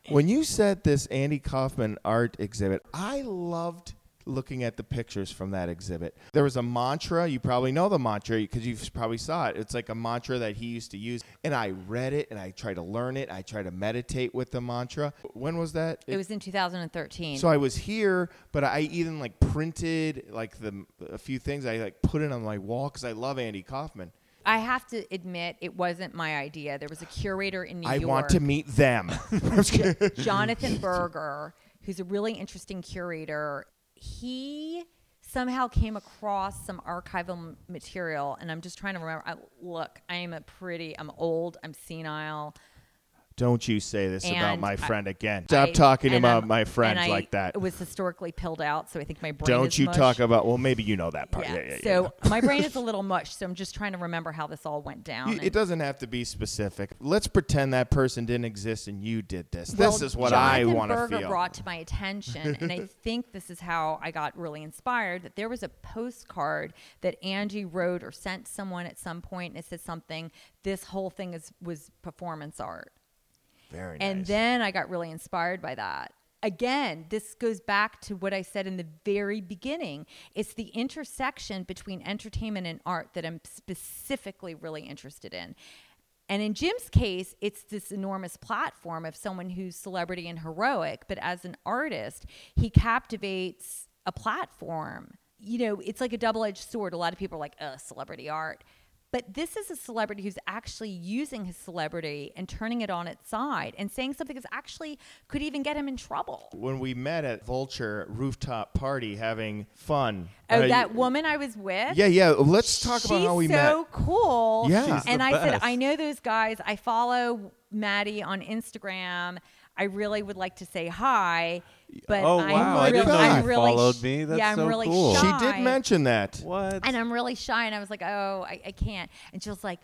[SPEAKER 1] when you said this Andy Kaufman art exhibit, I loved looking at the pictures from that exhibit. There was a mantra, you probably know the mantra because you probably saw it. It's like a mantra that he used to use. And I read it and I tried to learn it. I tried to meditate with the mantra. When was that?
[SPEAKER 10] It was in 2013.
[SPEAKER 1] So I was here, but I even like printed like the a few things I like put it on my wall because I love Andy Kaufman.
[SPEAKER 10] I have to admit it wasn't my idea. There was a curator in New
[SPEAKER 1] I
[SPEAKER 10] York.
[SPEAKER 1] want to meet them.
[SPEAKER 10] Jonathan Berger, who's a really interesting curator, he somehow came across some archival m- material, and I'm just trying to remember. I, look, I am a pretty, I'm old, I'm senile.
[SPEAKER 1] Don't you say this about
[SPEAKER 10] And
[SPEAKER 1] my
[SPEAKER 10] I-
[SPEAKER 1] friend again. Stop
[SPEAKER 10] I-
[SPEAKER 1] talking
[SPEAKER 10] and
[SPEAKER 1] about
[SPEAKER 10] I'm-
[SPEAKER 1] my friend
[SPEAKER 10] and I
[SPEAKER 1] like that.
[SPEAKER 10] Was historically pilled out, so I think my brain.
[SPEAKER 1] Don't
[SPEAKER 10] is
[SPEAKER 1] you
[SPEAKER 10] mush.
[SPEAKER 1] talk about well maybe you know that part.
[SPEAKER 10] Yeah.
[SPEAKER 1] Yeah, yeah,
[SPEAKER 10] so my brain is a little mush, so I'm just trying to remember how this all went down.
[SPEAKER 1] yeah. You-
[SPEAKER 10] and-
[SPEAKER 1] It doesn't have to be specific. Let's pretend that person didn't exist and you did this. this
[SPEAKER 10] Well,
[SPEAKER 1] is what I
[SPEAKER 10] Jonathan
[SPEAKER 1] want to
[SPEAKER 10] Berger
[SPEAKER 1] feel.
[SPEAKER 10] brought to my attention, and I think this is how I got really inspired. That there was a postcard that Angie wrote or sent someone at some point, and it said something. This whole thing is was performance art,
[SPEAKER 1] Very nice.
[SPEAKER 10] and then I got really inspired by that. Again, this goes back to what I said in the very beginning. It's the intersection between entertainment and art that I'm specifically really interested in. And in Jim's case, it's this enormous platform of someone who's celebrity and heroic, but as an artist, he captivates a platform. You know, it's like a double edged sword. A lot of people are like, uh, celebrity art. But this is a celebrity who's actually using his celebrity and turning it on its side and saying something that's actually could even get him in trouble.
[SPEAKER 1] when we met at Vulture rooftop party having fun.
[SPEAKER 10] Oh,
[SPEAKER 1] uh,
[SPEAKER 10] that woman I was with?
[SPEAKER 1] Yeah, yeah. Let's talk about
[SPEAKER 10] She's
[SPEAKER 1] how we
[SPEAKER 10] so
[SPEAKER 1] met.
[SPEAKER 10] cool.
[SPEAKER 1] Yeah. She's the
[SPEAKER 10] and I said,
[SPEAKER 2] best.
[SPEAKER 10] I know those guys. I follow Maddie on Instagram. I really would like to say hi, but
[SPEAKER 2] Oh,
[SPEAKER 10] I'm,
[SPEAKER 2] wow.
[SPEAKER 1] I
[SPEAKER 10] really,
[SPEAKER 1] didn't know
[SPEAKER 10] I'm
[SPEAKER 1] you
[SPEAKER 10] really
[SPEAKER 2] followed
[SPEAKER 10] sh-
[SPEAKER 2] me. That's
[SPEAKER 10] yeah, I'm
[SPEAKER 2] so
[SPEAKER 10] really
[SPEAKER 2] cool.
[SPEAKER 10] shy.
[SPEAKER 1] She did mention that.
[SPEAKER 2] What?
[SPEAKER 10] And I'm really shy. And I was like, oh, I, I can't. And she was like,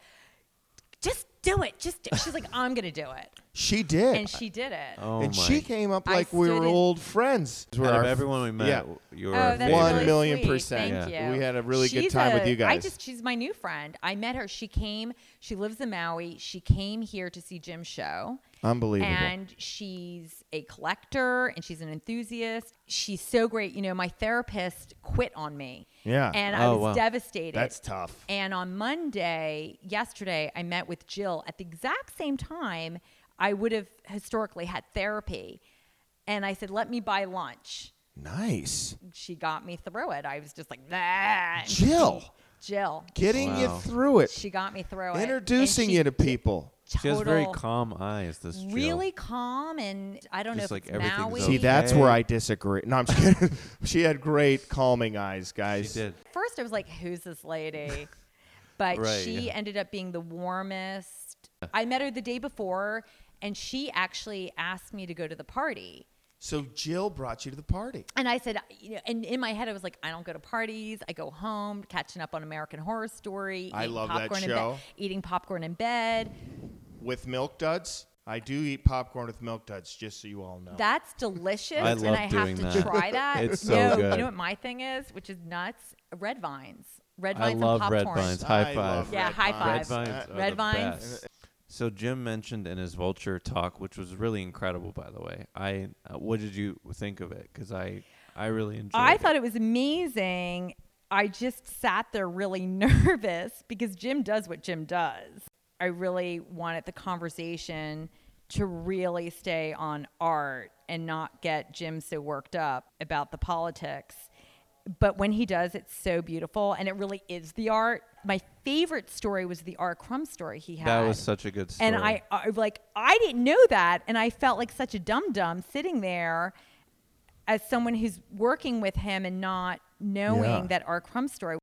[SPEAKER 10] just do it. Just do. she's like, I'm gonna do it,
[SPEAKER 1] She did.
[SPEAKER 10] and she did it.
[SPEAKER 2] Oh
[SPEAKER 1] and
[SPEAKER 2] my.
[SPEAKER 1] she came up
[SPEAKER 10] I
[SPEAKER 1] like we
[SPEAKER 10] stood
[SPEAKER 1] were
[SPEAKER 10] in-
[SPEAKER 1] old friends. We're
[SPEAKER 2] Out
[SPEAKER 1] our-
[SPEAKER 2] of everyone we met,
[SPEAKER 1] Yeah.
[SPEAKER 2] you were
[SPEAKER 10] Oh,
[SPEAKER 2] our
[SPEAKER 1] One
[SPEAKER 10] that's really
[SPEAKER 2] favorite.
[SPEAKER 1] million
[SPEAKER 10] sweet.
[SPEAKER 1] percent.
[SPEAKER 10] Thank
[SPEAKER 1] Yeah.
[SPEAKER 10] you.
[SPEAKER 1] We had a really good
[SPEAKER 10] She's
[SPEAKER 1] time with you
[SPEAKER 10] a- I
[SPEAKER 1] guys.
[SPEAKER 10] just she's my new friend. I met her. She came. She lives in Maui. She came here to see Jim's show.
[SPEAKER 1] Unbelievable.
[SPEAKER 10] And she's a collector and she's an enthusiast. She's so great. You know, my therapist quit on me.
[SPEAKER 1] Yeah.
[SPEAKER 10] And I
[SPEAKER 2] Oh,
[SPEAKER 10] was
[SPEAKER 2] wow.
[SPEAKER 10] devastated.
[SPEAKER 1] That's tough.
[SPEAKER 10] And on Monday, yesterday, I met with Jill at the exact same time I would have historically had therapy. And I said, let me buy lunch.
[SPEAKER 1] Nice.
[SPEAKER 10] She got me through it. I was just like, nah.
[SPEAKER 1] Jill.
[SPEAKER 10] Jill.
[SPEAKER 1] Getting you through it.
[SPEAKER 10] She got me through it.
[SPEAKER 1] Introducing
[SPEAKER 10] And she
[SPEAKER 1] you to people.
[SPEAKER 2] She has very
[SPEAKER 10] total-
[SPEAKER 2] calm eyes. This Jill.
[SPEAKER 10] really calm and I don't know
[SPEAKER 2] Just
[SPEAKER 10] if
[SPEAKER 2] like
[SPEAKER 10] it's
[SPEAKER 2] everything's
[SPEAKER 10] Maui.
[SPEAKER 2] okay.
[SPEAKER 1] See, that's where I disagree. No, I'm just kidding. she had great calming eyes,
[SPEAKER 2] She
[SPEAKER 1] guys.
[SPEAKER 2] did.
[SPEAKER 10] First, I was like, "Who's this lady?" But
[SPEAKER 2] Right,
[SPEAKER 10] she
[SPEAKER 2] yeah.
[SPEAKER 10] ended up being the warmest. I met her the day before, and she actually asked me to go to the party.
[SPEAKER 1] So Jill brought you to the party.
[SPEAKER 10] And I said, you know, and in my head, I was like, I don't go to parties. I go home, catching up on American Horror Story.
[SPEAKER 1] I
[SPEAKER 10] eating
[SPEAKER 1] love that
[SPEAKER 10] popcorn in bed-
[SPEAKER 1] show.
[SPEAKER 10] eating popcorn in bed.
[SPEAKER 1] With milk duds. I do eat popcorn with milk duds, just so you all know.
[SPEAKER 10] That's delicious.
[SPEAKER 2] I
[SPEAKER 10] and
[SPEAKER 2] love
[SPEAKER 10] I
[SPEAKER 2] doing
[SPEAKER 10] have to
[SPEAKER 2] that.
[SPEAKER 10] try that.
[SPEAKER 2] It's so
[SPEAKER 10] no,
[SPEAKER 2] good.
[SPEAKER 10] You know what my thing is, which is nuts? Red vines. Red
[SPEAKER 2] I
[SPEAKER 10] vines
[SPEAKER 2] love
[SPEAKER 10] and
[SPEAKER 2] red
[SPEAKER 10] popcorn.
[SPEAKER 2] vines. High
[SPEAKER 1] I
[SPEAKER 2] five.
[SPEAKER 1] love
[SPEAKER 10] Yeah,
[SPEAKER 1] red
[SPEAKER 10] high
[SPEAKER 2] Red
[SPEAKER 10] fives.
[SPEAKER 1] vines.
[SPEAKER 2] vines. are
[SPEAKER 10] Red
[SPEAKER 2] the
[SPEAKER 10] vines.
[SPEAKER 2] best. So Jim mentioned in his vulture talk, which was really incredible, by the way. I uh, what did you think of it? Because I I really enjoyed.
[SPEAKER 10] I thought it was amazing. I just sat there really nervous because Jim does what Jim does. I really wanted the conversation to really stay on art and not get Jim so worked up about the politics. But when he does, it's so beautiful and it really is the art. My favorite story was the R. Crumb story he had.
[SPEAKER 2] that was such a good story.
[SPEAKER 10] And I, I like I didn't know that, and I felt like such a dum dum sitting there, as someone who's working with him and not knowing
[SPEAKER 1] Yeah.
[SPEAKER 10] that our crumb story.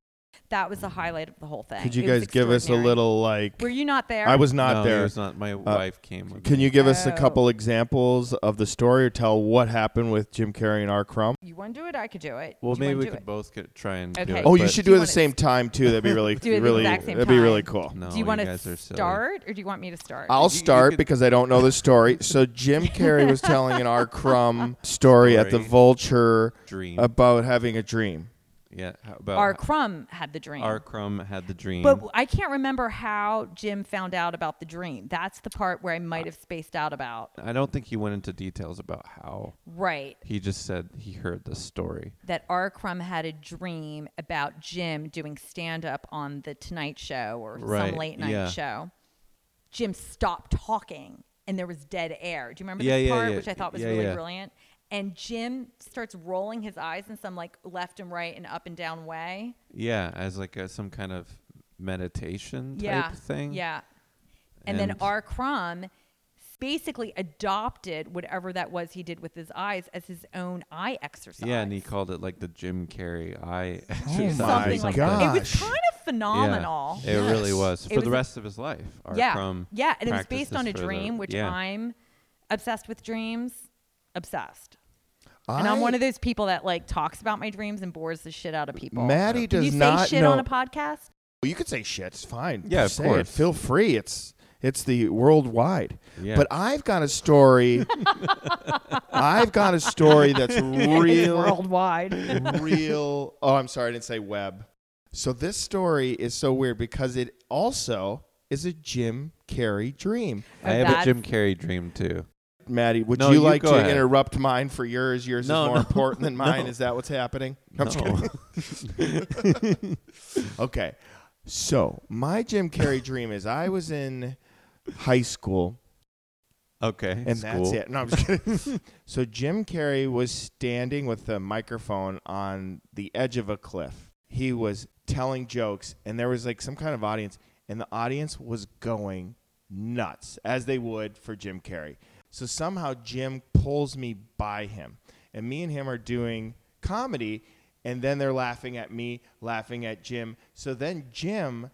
[SPEAKER 10] That was the highlight of the whole thing.
[SPEAKER 1] Could you
[SPEAKER 10] It was
[SPEAKER 1] guys give us a
[SPEAKER 10] extraordinary.
[SPEAKER 1] little like?
[SPEAKER 10] Were you not there?
[SPEAKER 1] I was not
[SPEAKER 2] No, he
[SPEAKER 1] there. Uh,
[SPEAKER 2] was not. My wife came. With
[SPEAKER 1] Can
[SPEAKER 2] me.
[SPEAKER 1] you give us a
[SPEAKER 10] Oh.
[SPEAKER 1] couple examples of the story or tell what happened with Jim Carrey and R. Crumb?
[SPEAKER 10] You want to do it? I could do it.
[SPEAKER 2] Well,
[SPEAKER 10] Do you
[SPEAKER 2] maybe
[SPEAKER 10] wanna
[SPEAKER 2] we
[SPEAKER 10] do
[SPEAKER 2] could
[SPEAKER 10] it?
[SPEAKER 2] both could try and do
[SPEAKER 10] Okay.
[SPEAKER 2] it.
[SPEAKER 1] Oh, you
[SPEAKER 2] but-
[SPEAKER 1] should
[SPEAKER 10] Do you
[SPEAKER 1] do it at the
[SPEAKER 10] wanna-
[SPEAKER 1] same time too. That'd be really,
[SPEAKER 10] Do it at the
[SPEAKER 1] really,
[SPEAKER 10] exact same
[SPEAKER 1] that'd be really
[SPEAKER 10] time.
[SPEAKER 1] cool.
[SPEAKER 2] No,
[SPEAKER 10] do you want to
[SPEAKER 2] guys are silly.
[SPEAKER 10] start, or do you want me to start?
[SPEAKER 1] I'll
[SPEAKER 2] you
[SPEAKER 1] start
[SPEAKER 2] could-
[SPEAKER 1] because I don't know the story. So Jim Carrey was telling an R. Crumb story at the
[SPEAKER 2] Story.
[SPEAKER 1] Vulture
[SPEAKER 2] Dream.
[SPEAKER 1] about having a dream.
[SPEAKER 2] Yeah. How about
[SPEAKER 10] our crumb had the dream.
[SPEAKER 2] R. Crumb had the dream.
[SPEAKER 10] but I can't remember how Jim found out about the dream. That's the part where I might have spaced out about.
[SPEAKER 2] I don't think he went into details about how.
[SPEAKER 10] Right.
[SPEAKER 2] He just said he heard this story.
[SPEAKER 10] that R. Crumb had a dream about Jim doing stand up on The Tonight Show or
[SPEAKER 2] Right,
[SPEAKER 10] some late night
[SPEAKER 2] yeah.
[SPEAKER 10] show. Jim stopped talking and there was dead air. Do you remember
[SPEAKER 2] Yeah,
[SPEAKER 10] this
[SPEAKER 2] yeah,
[SPEAKER 10] part,
[SPEAKER 2] yeah.
[SPEAKER 10] which I thought was
[SPEAKER 2] Yeah,
[SPEAKER 10] really
[SPEAKER 2] yeah.
[SPEAKER 10] brilliant? And Jim starts rolling his eyes in some like left and right and up and down way.
[SPEAKER 2] Yeah, as like a, some kind of meditation type
[SPEAKER 10] yeah.
[SPEAKER 2] thing.
[SPEAKER 10] Yeah. And, then
[SPEAKER 2] And-
[SPEAKER 10] R. Crumb basically adopted whatever that was he did with his eyes as his own eye exercise.
[SPEAKER 2] Yeah, and he called it like the Jim Carrey eye
[SPEAKER 1] Oh my
[SPEAKER 2] exercise. or
[SPEAKER 10] something like that. It was
[SPEAKER 1] gosh.
[SPEAKER 10] kind of
[SPEAKER 2] Yeah,
[SPEAKER 10] phenomenal.
[SPEAKER 2] it really was
[SPEAKER 10] It
[SPEAKER 2] for
[SPEAKER 10] was
[SPEAKER 2] the
[SPEAKER 10] a-
[SPEAKER 2] rest of his life. Our
[SPEAKER 10] yeah,
[SPEAKER 2] Crumb
[SPEAKER 10] yeah, and it was
[SPEAKER 2] practiced
[SPEAKER 10] based
[SPEAKER 2] this
[SPEAKER 10] on a
[SPEAKER 2] for the-
[SPEAKER 10] dream, which
[SPEAKER 2] yeah.
[SPEAKER 10] I'm obsessed with dreams, obsessed. And I'm one of those people that like talks about my dreams and bores the shit out of people.
[SPEAKER 1] Maddie
[SPEAKER 10] Did
[SPEAKER 1] does
[SPEAKER 10] you say
[SPEAKER 1] not
[SPEAKER 10] shit
[SPEAKER 1] know.
[SPEAKER 10] on a podcast?
[SPEAKER 1] Well, you could say shit. It's fine.
[SPEAKER 2] Yeah,
[SPEAKER 1] Just
[SPEAKER 2] of
[SPEAKER 1] say it.
[SPEAKER 2] course.
[SPEAKER 1] Feel free. It's it's the worldwide.
[SPEAKER 2] Yeah.
[SPEAKER 1] But I've got a story. I've got a story that's real.
[SPEAKER 10] Worldwide.
[SPEAKER 1] real. Oh, I'm sorry, I didn't say web. So this story is so weird because it also is a Jim Carrey dream.
[SPEAKER 2] I have a Jim Carrey dream too.
[SPEAKER 1] Maddie, would
[SPEAKER 2] No,
[SPEAKER 1] you
[SPEAKER 2] you
[SPEAKER 1] like
[SPEAKER 2] go
[SPEAKER 1] to
[SPEAKER 2] ahead.
[SPEAKER 1] interrupt mine for yours? Yours
[SPEAKER 2] No,
[SPEAKER 1] is more
[SPEAKER 2] no,
[SPEAKER 1] important than mine.
[SPEAKER 2] no.
[SPEAKER 1] Is that what's happening? No, I'm just
[SPEAKER 2] No.
[SPEAKER 1] kidding. okay. So my Jim Carrey dream is I was in high school
[SPEAKER 2] Okay,
[SPEAKER 1] and
[SPEAKER 2] school.
[SPEAKER 1] that's it. No, I'm just kidding. so Jim Carrey was standing with the microphone on the edge of a cliff. He was telling jokes, and there was like some kind of audience, and the audience was going nuts as they would for Jim Carrey. So somehow Jim pulls me by him, and me and him are doing comedy, and then they're laughing at me, laughing at Jim. So then Jim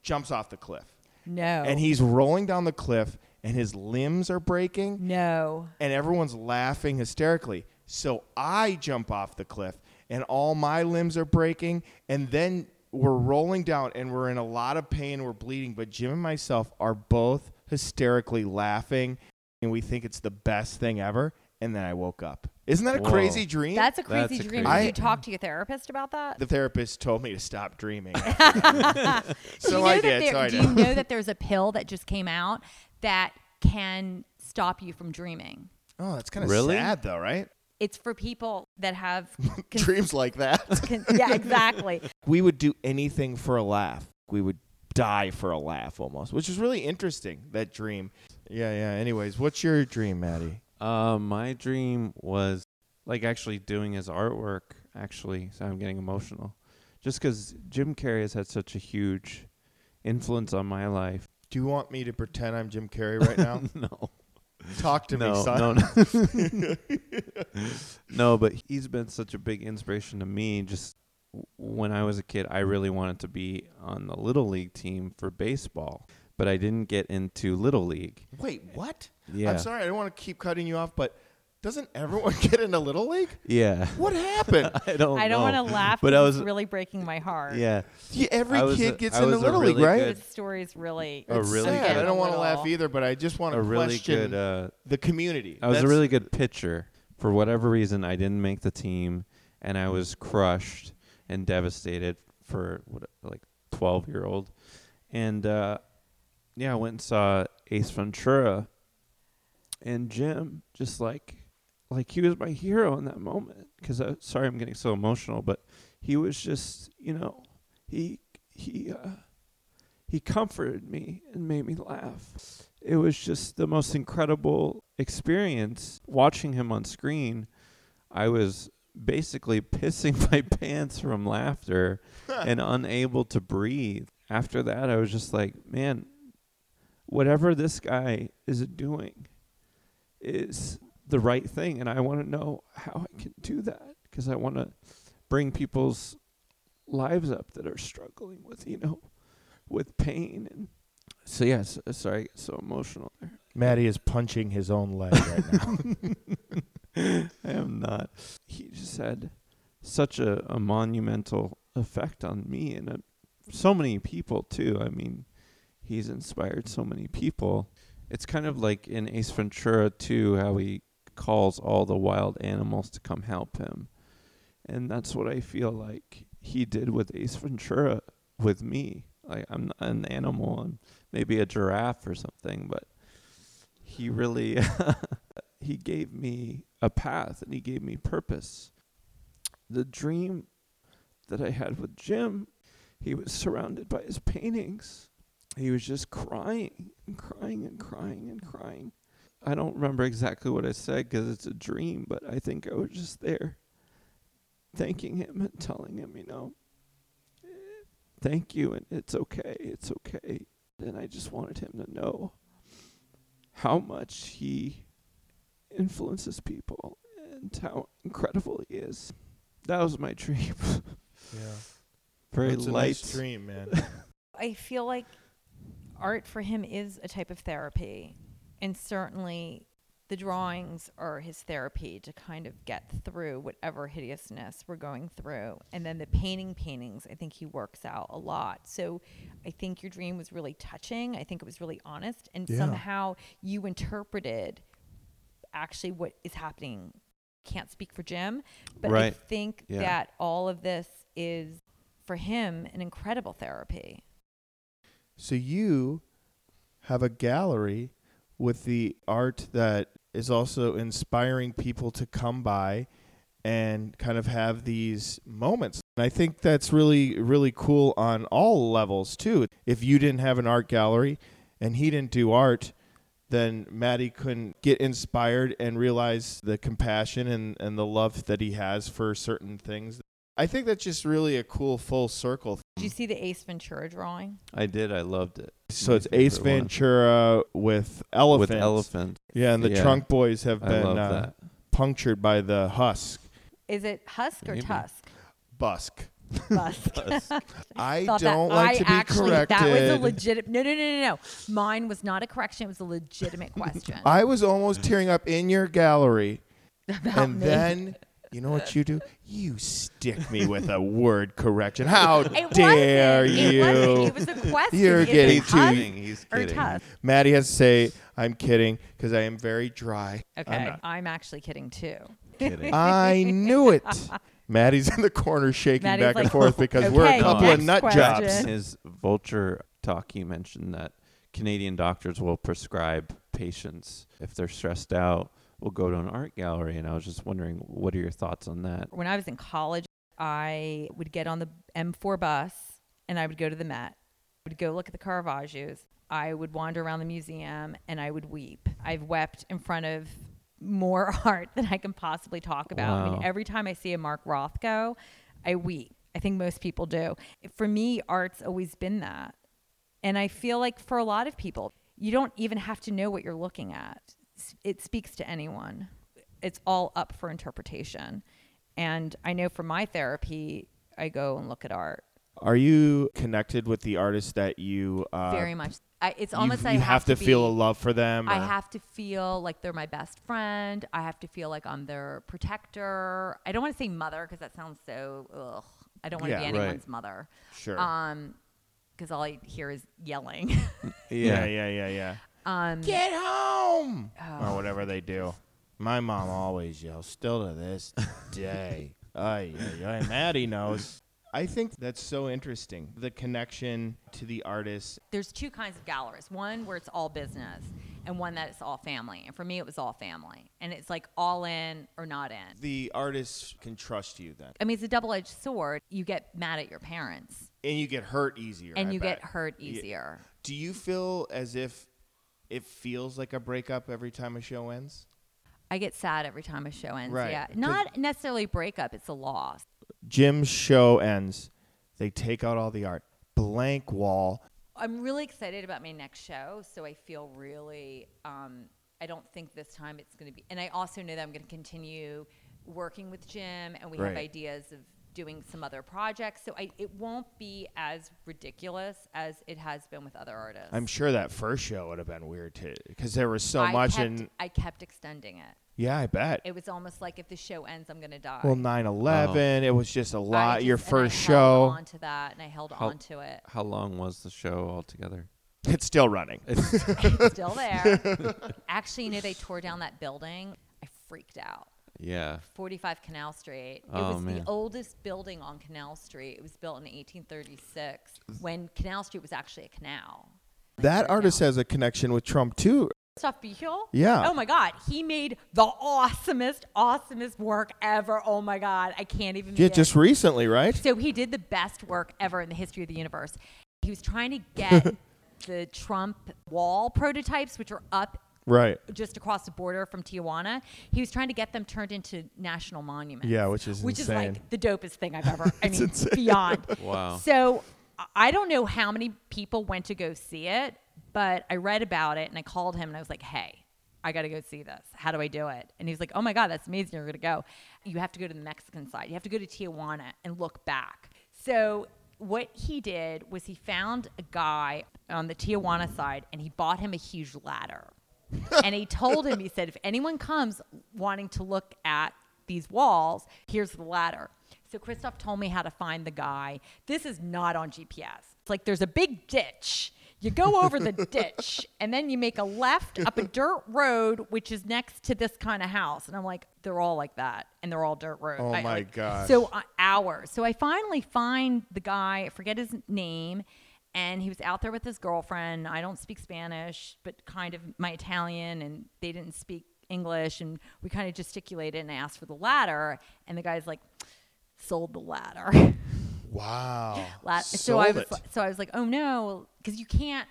[SPEAKER 1] jumps off the cliff.
[SPEAKER 10] No.
[SPEAKER 1] And he's rolling down the cliff, and his limbs are breaking
[SPEAKER 10] no.
[SPEAKER 1] and everyone's laughing hysterically. So I jump off the cliff and all my limbs are breaking and then we're rolling down and we're in a lot of pain, we're bleeding, but Jim and myself are both hysterically laughing and we think it's the best thing ever. And then I woke up. Isn't that a
[SPEAKER 2] Whoa.
[SPEAKER 1] crazy dream?
[SPEAKER 10] That's a crazy dream.
[SPEAKER 1] I-
[SPEAKER 10] Did you talk to your therapist about that?
[SPEAKER 1] the therapist told me to stop dreaming.
[SPEAKER 10] Do you
[SPEAKER 1] so
[SPEAKER 10] know
[SPEAKER 1] I
[SPEAKER 10] that
[SPEAKER 1] did.
[SPEAKER 10] there-
[SPEAKER 1] so I
[SPEAKER 10] do
[SPEAKER 1] did.
[SPEAKER 10] you know that there's a pill that just came out that can stop you from dreaming?
[SPEAKER 1] oh, that's kind of
[SPEAKER 2] Really?
[SPEAKER 1] sad though, right?
[SPEAKER 10] It's for people that have. cons-
[SPEAKER 1] Dreams like that.
[SPEAKER 10] con- yeah, exactly.
[SPEAKER 1] we would do anything for a laugh. We would die for a laugh almost, which is really interesting, that dream. Yeah, yeah. Anyways, what's your dream, Maddie?
[SPEAKER 2] Uh, my dream was like actually doing his artwork. Actually, so I'm getting emotional, just because Jim Carrey has had such a huge influence on my life.
[SPEAKER 1] Do you want me to pretend I'm Jim Carrey right now?
[SPEAKER 2] no,
[SPEAKER 1] Talk to me,
[SPEAKER 2] no,
[SPEAKER 1] son.
[SPEAKER 2] no, no. no, but he's been such a big inspiration to me. Just w- when I was a kid, I really wanted to be on the little league team for baseball, but I didn't get into little league.
[SPEAKER 1] Wait, what?
[SPEAKER 2] Yeah.
[SPEAKER 1] I'm sorry, I don't want to keep cutting you off, but doesn't everyone get into Little League?
[SPEAKER 2] Yeah,
[SPEAKER 1] What happened?
[SPEAKER 2] I don't.
[SPEAKER 10] I don't
[SPEAKER 2] know.
[SPEAKER 10] want to laugh,
[SPEAKER 2] Oh, but I was.
[SPEAKER 10] really breaking my heart.
[SPEAKER 2] yeah,
[SPEAKER 1] Yeah, every
[SPEAKER 2] I was
[SPEAKER 1] kid
[SPEAKER 2] a-
[SPEAKER 1] gets
[SPEAKER 2] I
[SPEAKER 1] into
[SPEAKER 2] was a
[SPEAKER 1] Little League,
[SPEAKER 2] really
[SPEAKER 1] right?
[SPEAKER 2] good-
[SPEAKER 10] This story is really.
[SPEAKER 1] Oh,
[SPEAKER 2] A really
[SPEAKER 1] sad.
[SPEAKER 2] good-
[SPEAKER 1] I don't want to laugh
[SPEAKER 10] Little.
[SPEAKER 1] either, but I just want to
[SPEAKER 2] a really
[SPEAKER 1] question
[SPEAKER 2] good uh,
[SPEAKER 1] the community.
[SPEAKER 2] I was a
[SPEAKER 1] That's-
[SPEAKER 2] really good pitcher. For whatever reason, I didn't make the team, and I was crushed and devastated for what, like twelve year old. And uh, yeah, I went and saw Ace Ventura, and Jim just like like he was my hero in that moment. Because sorry, I'm getting so emotional, but he was just you know he he uh, he comforted me and made me laugh. It was just the most incredible experience watching him on screen. I was basically pissing my pants from laughter and unable to breathe. After that, I was just like, man, whatever this guy is doing is the right thing. And I want to know how I can do that because I want to bring people's lives up that are struggling with, you know, with pain and so yeah so, sorry so emotional there
[SPEAKER 1] Maddie is punching his own leg right now.
[SPEAKER 2] i am not he just had such a, a monumental effect on me and uh, so many people too i mean he's inspired so many people it's kind of like in ace ventura 2 how he calls all the wild animals to come help him and that's what i feel like he did with ace ventura with me like i'm not an animal i'm maybe a giraffe or something but he really he gave me a path and he gave me purpose. The dream that I had with Jim, he was surrounded by his paintings. He was just crying and crying and crying and crying. I don't remember exactly what I said because it's a dream, but I think I was just there thanking him and telling him, you know, eh, thank you and it's okay, it's okay. And I just wanted him to know how much he influences people and how incredible he is. That was my dream.
[SPEAKER 1] Yeah.
[SPEAKER 2] Very
[SPEAKER 1] That's a
[SPEAKER 2] light.
[SPEAKER 1] nice dream, man.
[SPEAKER 10] I feel like art for him is a type of therapy, and certainly the drawings are his therapy to kind of get through whatever hideousness we're going through. And then the painting paintings, I think he works out a lot. So I think your dream was really touching. I think it was really honest, and
[SPEAKER 1] Yeah.
[SPEAKER 10] somehow you interpreted actually what is happening. Can't speak for Jim, but I
[SPEAKER 2] Right.
[SPEAKER 10] think
[SPEAKER 2] Yeah.
[SPEAKER 10] that all of this is for him an incredible therapy.
[SPEAKER 1] So you have a gallery with the art that is also inspiring people to come by and kind of have these moments. And I think that's really really cool on all levels too. If you didn't have an art gallery and he didn't do art, then Maddie couldn't get inspired and realize the compassion and, and the love that he has for certain things. I think that's just really a cool full circle.
[SPEAKER 10] Did you see the Ace Ventura drawing?
[SPEAKER 2] I did. I loved it.
[SPEAKER 1] So it's
[SPEAKER 2] My
[SPEAKER 1] Ace
[SPEAKER 2] favorite one.
[SPEAKER 1] Ventura with elephants.
[SPEAKER 2] with elephant.
[SPEAKER 1] Yeah, and the
[SPEAKER 2] Yeah.
[SPEAKER 1] trunk boys have
[SPEAKER 2] I
[SPEAKER 1] been
[SPEAKER 2] love
[SPEAKER 1] uh,
[SPEAKER 2] that.
[SPEAKER 1] punctured by the husk.
[SPEAKER 10] Is it husk or
[SPEAKER 2] Maybe.
[SPEAKER 10] tusk?
[SPEAKER 1] Busk.
[SPEAKER 10] Busk.
[SPEAKER 1] I
[SPEAKER 10] Thought that-
[SPEAKER 1] don't like
[SPEAKER 10] I
[SPEAKER 1] to be
[SPEAKER 10] actually,
[SPEAKER 1] corrected.
[SPEAKER 10] That was a legitimate. No, no, no, no, no. Mine was not a correction. It was a legitimate question.
[SPEAKER 1] I was almost tearing up in your gallery,
[SPEAKER 10] about
[SPEAKER 1] and
[SPEAKER 10] me.
[SPEAKER 1] then You know what you do? You stick me with a word correction. How
[SPEAKER 10] It
[SPEAKER 1] dare
[SPEAKER 10] wasn't. It
[SPEAKER 1] you?
[SPEAKER 10] wasn't. It was a question.
[SPEAKER 1] You're
[SPEAKER 10] Is it
[SPEAKER 1] getting
[SPEAKER 10] hot
[SPEAKER 1] too.
[SPEAKER 2] He's
[SPEAKER 10] or kidding. tough?
[SPEAKER 1] Maddie has to say, "I'm kidding" because I am very dry.
[SPEAKER 10] Okay,
[SPEAKER 1] I'm
[SPEAKER 10] I'm,
[SPEAKER 1] not-
[SPEAKER 10] actually kidding too.
[SPEAKER 1] I knew it. Maddie's in the corner shaking
[SPEAKER 10] Maddie's
[SPEAKER 1] back and
[SPEAKER 10] like,
[SPEAKER 1] forth because we're
[SPEAKER 10] "Okay,
[SPEAKER 1] a couple of
[SPEAKER 10] next
[SPEAKER 1] nut
[SPEAKER 10] question."
[SPEAKER 1] jobs.
[SPEAKER 2] His vulture talk, he mentioned that Canadian doctors will prescribe patients if they're stressed out. Will go to an art gallery, and I was just wondering, what are your thoughts on that?
[SPEAKER 10] When I was in college, I would get on the M4 bus and I would go to the Met. I would go look at the Caravaggio's. I would wander around the museum and I would weep. I've wept in front of more art than I can possibly talk about. I
[SPEAKER 2] Wow.
[SPEAKER 10] mean, every time I see a Mark Rothko, I weep. I think most people do. For me, art's always been that. And I feel like for a lot of people, you don't even have to know what you're looking at. S- It speaks to anyone. It's all up for interpretation. And I know for my therapy, I go and look at art
[SPEAKER 1] Are you connected with the artist that you? Uh,
[SPEAKER 10] very much. I, it's
[SPEAKER 1] you-
[SPEAKER 10] almost
[SPEAKER 1] you
[SPEAKER 10] I have,
[SPEAKER 1] to, feel
[SPEAKER 10] be-
[SPEAKER 1] a love for them.
[SPEAKER 10] I
[SPEAKER 1] or-
[SPEAKER 10] have to feel like they're my best friend. I have to feel like I'm their protector. I don't want to say mother because that sounds so ugh. I don't want to
[SPEAKER 1] Yeah,
[SPEAKER 10] be
[SPEAKER 1] right.
[SPEAKER 10] anyone's mother.
[SPEAKER 1] Sure.
[SPEAKER 10] Um, because all I hear is yelling.
[SPEAKER 1] yeah, yeah, yeah, yeah.
[SPEAKER 10] um, Oh.
[SPEAKER 1] Get home or whatever they do. My mom always yells. Still to this day. Ay, ay, ay. Maddie knows. I think that's so interesting. The connection to the artist.
[SPEAKER 10] there's two kinds of galleries one where it's all business and one that it's all family and for me it was all family and it's like all in or not in
[SPEAKER 1] The artist can trust you then,
[SPEAKER 10] i mean it's a double-edged sword you get mad at your parents
[SPEAKER 1] and you get hurt easier.
[SPEAKER 10] and
[SPEAKER 1] I
[SPEAKER 10] you
[SPEAKER 1] bet.
[SPEAKER 10] get hurt
[SPEAKER 1] Yeah.
[SPEAKER 10] easier
[SPEAKER 1] Do you feel as if it feels like a breakup every time a show ends?
[SPEAKER 10] i get sad every time a show ends
[SPEAKER 1] Right.
[SPEAKER 10] yeah
[SPEAKER 1] 'Cause-
[SPEAKER 10] not necessarily a breakup it's a loss
[SPEAKER 1] Jim's show ends. They take out all the art. Blank wall.
[SPEAKER 10] i'm really excited about my next show so i feel really um, i don't think this time it's going to be and i also know that i'm going to continue working with jim and we have
[SPEAKER 1] Right.
[SPEAKER 10] ideas of doing some other projects so I, it won't be as ridiculous as it has been with other artists
[SPEAKER 1] I'm sure that first show would have been weird too, because there was so
[SPEAKER 10] I
[SPEAKER 1] much.
[SPEAKER 10] kept,
[SPEAKER 1] And
[SPEAKER 10] i kept extending it
[SPEAKER 1] yeah, I bet.
[SPEAKER 10] it was almost like if the show ends i'm going to die
[SPEAKER 1] well, 9/11. It was just a
[SPEAKER 10] Oh. I
[SPEAKER 1] lot. Your
[SPEAKER 10] just- and I
[SPEAKER 1] first
[SPEAKER 10] held
[SPEAKER 1] show.
[SPEAKER 10] on to that and i held
[SPEAKER 2] How-
[SPEAKER 10] on to it
[SPEAKER 2] How long was the show altogether?
[SPEAKER 1] It's still running.
[SPEAKER 2] It's,
[SPEAKER 10] it's still there actually you know they tore down that building i freaked out
[SPEAKER 2] yeah,
[SPEAKER 10] 45 Canal Street. It
[SPEAKER 2] Oh,
[SPEAKER 10] was
[SPEAKER 2] man.
[SPEAKER 10] the oldest building on Canal Street. It was built in 1836 when Canal Street was actually a canal.
[SPEAKER 1] That
[SPEAKER 10] Right
[SPEAKER 1] artist
[SPEAKER 10] now.
[SPEAKER 1] has a connection with Trump too.
[SPEAKER 10] Stuff Beal?
[SPEAKER 1] Yeah.
[SPEAKER 10] Oh my God. He made the awesomest, awesomest work ever. Oh my God. I can't even.
[SPEAKER 1] Yeah,
[SPEAKER 10] begin.
[SPEAKER 1] just recently, right?
[SPEAKER 10] So he did the best work ever in the history of the universe. He was trying to get the Trump wall prototypes, which are up
[SPEAKER 1] Right.
[SPEAKER 10] just across the border from Tijuana. He was trying to get them turned into national monuments.
[SPEAKER 1] Yeah, which is
[SPEAKER 10] which is
[SPEAKER 1] insane.
[SPEAKER 10] like the dopest thing I've ever. I
[SPEAKER 1] It's
[SPEAKER 10] mean,
[SPEAKER 1] insane.
[SPEAKER 10] beyond.
[SPEAKER 2] Wow.
[SPEAKER 10] So I- I don't know how many people went to go see it, but I read about it and I called him and I was like, "Hey, I got to go see this. How do I do it?" And he was like, "Oh my God, that's amazing. You're gonna go. You have to go to the Mexican side. You have to go to Tijuana and look back." So what he did was he found a guy on the Tijuana side and he bought him a huge ladder and he told him, he said, if anyone comes wanting to look at these walls, here's the ladder. So Christoph told me how to find the guy. This is not on GPS. It's like there's a big ditch. You go over the ditch and then you make a left up a dirt road, which is next to this kind of house. And I'm like, they're all like that. And they're all dirt roads.
[SPEAKER 1] Oh
[SPEAKER 10] I-
[SPEAKER 1] my
[SPEAKER 10] like-
[SPEAKER 1] gosh.
[SPEAKER 10] So uh, hours. So I finally find the guy, I forget his name, and he was out there with his girlfriend. I don't speak Spanish, but kind of my Italian, and they didn't speak English, and we kind of gesticulated and I asked for the ladder, and the guy's like, sold the ladder.
[SPEAKER 1] Wow.
[SPEAKER 10] La- so
[SPEAKER 1] Sold
[SPEAKER 10] I was
[SPEAKER 1] it.
[SPEAKER 10] li- so I was like, oh no, because you can't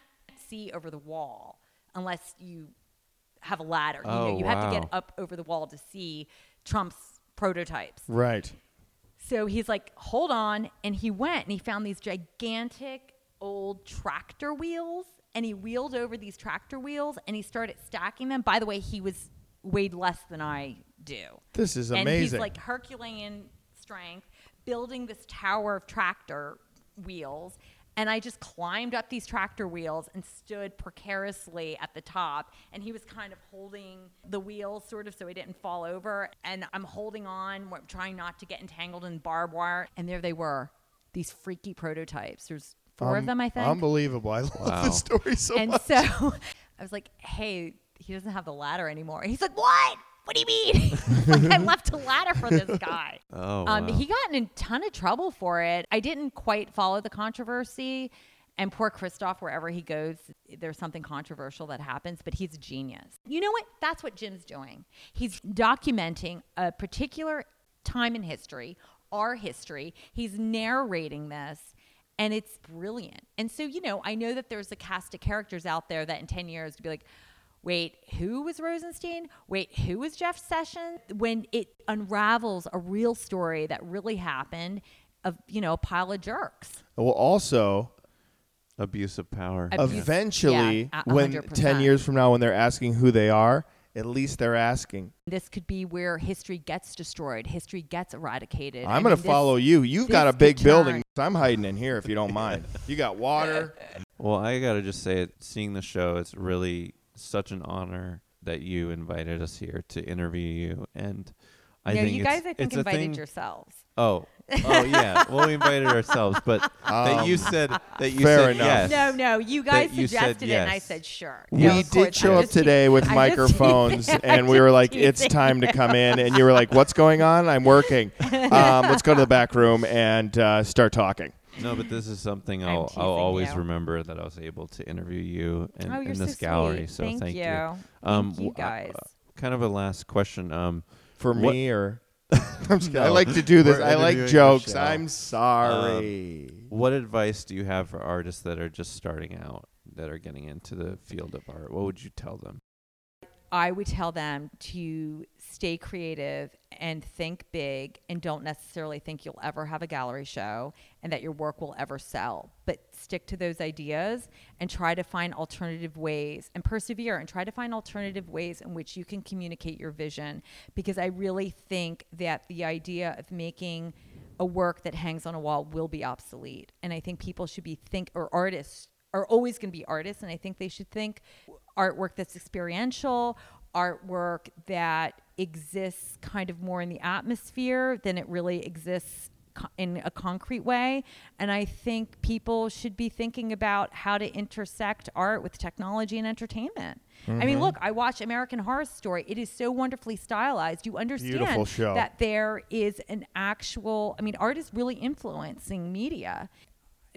[SPEAKER 10] see over the wall unless you have a ladder. You know,
[SPEAKER 2] Oh,
[SPEAKER 10] you have to
[SPEAKER 2] wow.
[SPEAKER 10] get up over the wall to see Trump's prototypes.
[SPEAKER 1] Right.
[SPEAKER 10] So he's like, hold on. And he went and he found these gigantic old tractor wheels and he wheeled over these tractor wheels and he started stacking them. By the way, he was weighed less than I do.
[SPEAKER 1] This is
[SPEAKER 10] And he's
[SPEAKER 1] amazing.
[SPEAKER 10] like Herculean strength building this tower of tractor wheels. And I just climbed up these tractor wheels and stood precariously at the top. And he was kind of holding the wheels, sort of, so he didn't fall over. And I'm holding on, wa- trying not to get entangled in barbed wire. And there they were, these freaky prototypes. There's four of
[SPEAKER 11] Um,
[SPEAKER 10] them, I think.
[SPEAKER 11] Unbelievable. I love this story so
[SPEAKER 10] and
[SPEAKER 11] much.
[SPEAKER 10] so I was like, hey, he doesn't have the ladder anymore. And he's like, what? What do you mean? like, I left a ladder for this guy.
[SPEAKER 2] Oh,
[SPEAKER 10] um,
[SPEAKER 2] wow.
[SPEAKER 10] He got in a ton of trouble for it. I didn't quite follow the controversy. And poor Christoph, wherever he goes, there's something controversial that happens, but he's a genius. You know what? That's what Jim's doing. He's documenting a particular time in history, our history. He's narrating this and it's brilliant. And so, you know, I know that there's a cast of characters out there that in 10 years to be like, wait, who was Rosenstein? Wait, who was Jeff Sessions? When it unravels a real story that really happened of, you know, a pile of jerks.
[SPEAKER 11] well, also,
[SPEAKER 2] Abuse of power.
[SPEAKER 10] Abuse.
[SPEAKER 2] Yeah.
[SPEAKER 11] eventually,
[SPEAKER 10] Yeah, a- a
[SPEAKER 11] when
[SPEAKER 10] hundred
[SPEAKER 11] 10
[SPEAKER 10] percent.
[SPEAKER 11] years from now, when they're asking who they are, at least they're asking.
[SPEAKER 10] This could be where history gets destroyed, history gets eradicated. I
[SPEAKER 11] I'm going
[SPEAKER 10] mean,
[SPEAKER 11] to
[SPEAKER 10] this-
[SPEAKER 11] follow you. You've
[SPEAKER 10] this
[SPEAKER 11] got a
[SPEAKER 10] could
[SPEAKER 11] big
[SPEAKER 10] turn-
[SPEAKER 11] building. I'm hiding in here if you don't mind. You got water.
[SPEAKER 2] Well, I gotta just say, it, seeing the show, it's really such an honor that you invited us here to interview you, and I
[SPEAKER 10] no,
[SPEAKER 2] think
[SPEAKER 10] you
[SPEAKER 2] it's-
[SPEAKER 10] guys, I think,
[SPEAKER 2] it's a
[SPEAKER 10] invited
[SPEAKER 2] thing-
[SPEAKER 10] yourselves.
[SPEAKER 2] Oh, oh yeah. well, we invited ourselves, but that you
[SPEAKER 11] Um,
[SPEAKER 2] said that you
[SPEAKER 11] fair
[SPEAKER 2] said
[SPEAKER 11] enough.
[SPEAKER 2] yes.
[SPEAKER 10] No, no, you
[SPEAKER 2] That
[SPEAKER 10] guys
[SPEAKER 2] you said
[SPEAKER 10] suggested it, and I
[SPEAKER 2] yes.
[SPEAKER 10] said sure.
[SPEAKER 11] We
[SPEAKER 10] No, of course, I'm
[SPEAKER 11] did show up
[SPEAKER 10] just teasing.
[SPEAKER 11] today with
[SPEAKER 10] I'm just
[SPEAKER 11] microphones,
[SPEAKER 10] teasing.
[SPEAKER 11] and
[SPEAKER 10] I'm
[SPEAKER 11] we were
[SPEAKER 10] just
[SPEAKER 11] like, "It's
[SPEAKER 10] teasing.
[SPEAKER 11] time to come in," and you were like, "What's going on? I'm working. Um, let's go to the back room and uh, start talking."
[SPEAKER 2] No, but this is something
[SPEAKER 10] I'm
[SPEAKER 2] I'll,
[SPEAKER 10] teasing
[SPEAKER 2] I'll always
[SPEAKER 10] you.
[SPEAKER 2] remember that I was able to interview you in,
[SPEAKER 10] Oh,
[SPEAKER 2] in
[SPEAKER 10] you're
[SPEAKER 2] this
[SPEAKER 10] so
[SPEAKER 2] gallery.
[SPEAKER 10] sweet.
[SPEAKER 2] So
[SPEAKER 10] Thank
[SPEAKER 2] thank,
[SPEAKER 10] you. Thank you
[SPEAKER 2] w- uh,
[SPEAKER 10] guys.
[SPEAKER 2] kind of a last question. Um,
[SPEAKER 11] For
[SPEAKER 2] What-
[SPEAKER 11] me, or I'm just kidding. I
[SPEAKER 2] No,
[SPEAKER 11] like to do this.
[SPEAKER 2] we're
[SPEAKER 11] I like
[SPEAKER 2] interviewing
[SPEAKER 11] jokes.
[SPEAKER 2] Michelle.
[SPEAKER 11] I'm sorry.
[SPEAKER 2] what advice do you have for artists that are just starting out, that are getting into the field of art? What would you tell them?
[SPEAKER 10] I would tell them to stay creative and think big and don't necessarily think you'll ever have a gallery show and that your work will ever sell. But stick to those ideas and try to find alternative ways and persevere and try to find alternative ways in which you can communicate your vision. Because I really think that the idea of making a work that hangs on a wall will be obsolete. And I think people should be think or artists are always going to be artists and i think they should think artwork that's experiential artwork that exists kind of more in the atmosphere than it really exists co- in a concrete way and i think people should be thinking about how to intersect art with technology and entertainment i
[SPEAKER 11] Mm-hmm.
[SPEAKER 10] mean look i watch american horror story it is so wonderfully stylized you understand
[SPEAKER 11] Beautiful show.
[SPEAKER 10] that there is an actual i mean art is really influencing media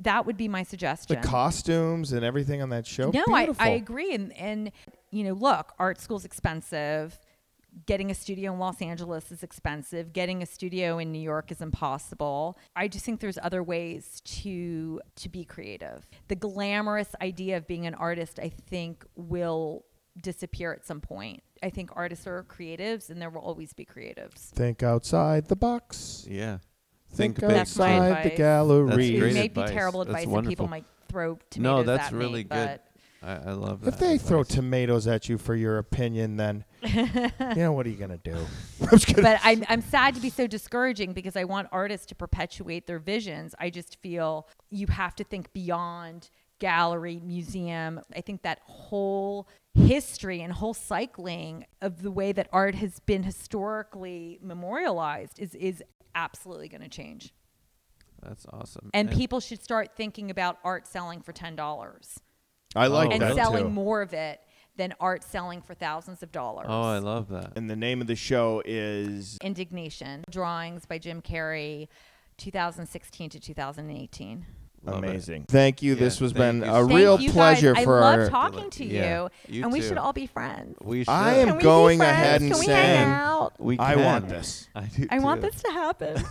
[SPEAKER 10] that would be my
[SPEAKER 11] The
[SPEAKER 10] suggestion
[SPEAKER 11] costumes and everything on that show.
[SPEAKER 10] no, I, I
[SPEAKER 11] beautiful.
[SPEAKER 10] agree. And, and, you know, look, art school's expensive. Getting a studio in Los Angeles is expensive. Getting a studio in New York is impossible. I just think there's other ways to to be creative. The glamorous idea of being an artist, I think, will disappear at some point. I think artists are creatives, and there will always be creatives.
[SPEAKER 11] Think outside the box.
[SPEAKER 2] Yeah.
[SPEAKER 11] Think,
[SPEAKER 2] big.
[SPEAKER 10] That's my
[SPEAKER 11] outside the
[SPEAKER 10] advice.
[SPEAKER 11] gallery.
[SPEAKER 10] It
[SPEAKER 2] Great
[SPEAKER 10] may
[SPEAKER 2] advice.
[SPEAKER 10] be terrible
[SPEAKER 2] That's
[SPEAKER 10] advice, and
[SPEAKER 2] wonderful.
[SPEAKER 10] people might throw tomatoes
[SPEAKER 2] No, that's
[SPEAKER 10] at me,
[SPEAKER 2] really good.
[SPEAKER 10] but-
[SPEAKER 2] I, I love that.
[SPEAKER 11] If they throw
[SPEAKER 2] advice.
[SPEAKER 11] tomatoes at you for your opinion, then you know what are you gonna do? I'm just kidding.
[SPEAKER 10] but I'm, I'm sad to be so discouraging because I want artists to perpetuate their visions. I just feel you have to think beyond gallery, museum. I think that whole history and whole cycling of the way that art has been historically memorialized is, is absolutely going to change.
[SPEAKER 2] That's awesome.
[SPEAKER 10] And people should start thinking about art selling for $10
[SPEAKER 11] I like
[SPEAKER 2] Oh,
[SPEAKER 10] and
[SPEAKER 11] that
[SPEAKER 10] selling
[SPEAKER 11] too.
[SPEAKER 10] more of it than art selling for thousands of dollars.
[SPEAKER 2] Oh, I love that.
[SPEAKER 11] And the name of the show is
[SPEAKER 10] Indignation Drawings by Jim Carrey, 2016 to 2018.
[SPEAKER 2] Love it.
[SPEAKER 11] amazing. Thank you.
[SPEAKER 2] Yeah,
[SPEAKER 11] this has
[SPEAKER 2] thank
[SPEAKER 11] been
[SPEAKER 2] you
[SPEAKER 11] a
[SPEAKER 2] so
[SPEAKER 10] Thank
[SPEAKER 11] real
[SPEAKER 10] you
[SPEAKER 11] pleasure
[SPEAKER 10] guys.
[SPEAKER 11] for
[SPEAKER 10] I
[SPEAKER 11] our.
[SPEAKER 10] love talking to you,
[SPEAKER 2] Yeah, you
[SPEAKER 10] and we
[SPEAKER 2] too.
[SPEAKER 10] should all be friends.
[SPEAKER 2] We should.
[SPEAKER 11] I
[SPEAKER 10] Can
[SPEAKER 11] am
[SPEAKER 10] we be
[SPEAKER 11] going
[SPEAKER 10] friends?
[SPEAKER 11] ahead and
[SPEAKER 10] Can we
[SPEAKER 11] saying
[SPEAKER 10] hang out?
[SPEAKER 2] We
[SPEAKER 11] I want
[SPEAKER 2] can.
[SPEAKER 11] this.
[SPEAKER 2] I do.
[SPEAKER 10] I want
[SPEAKER 2] too.
[SPEAKER 10] this to happen.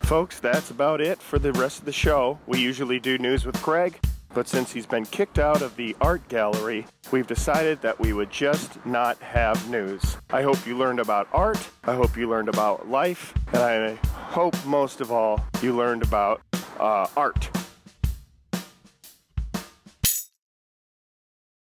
[SPEAKER 7] Folks, that's about it for the rest of the show. We usually do news with Craig, but since he's been kicked out of the art gallery, we've decided that we would just not have news. I hope you learned about art, I hope you learned about life, and I hope most of all, you learned about uh, art.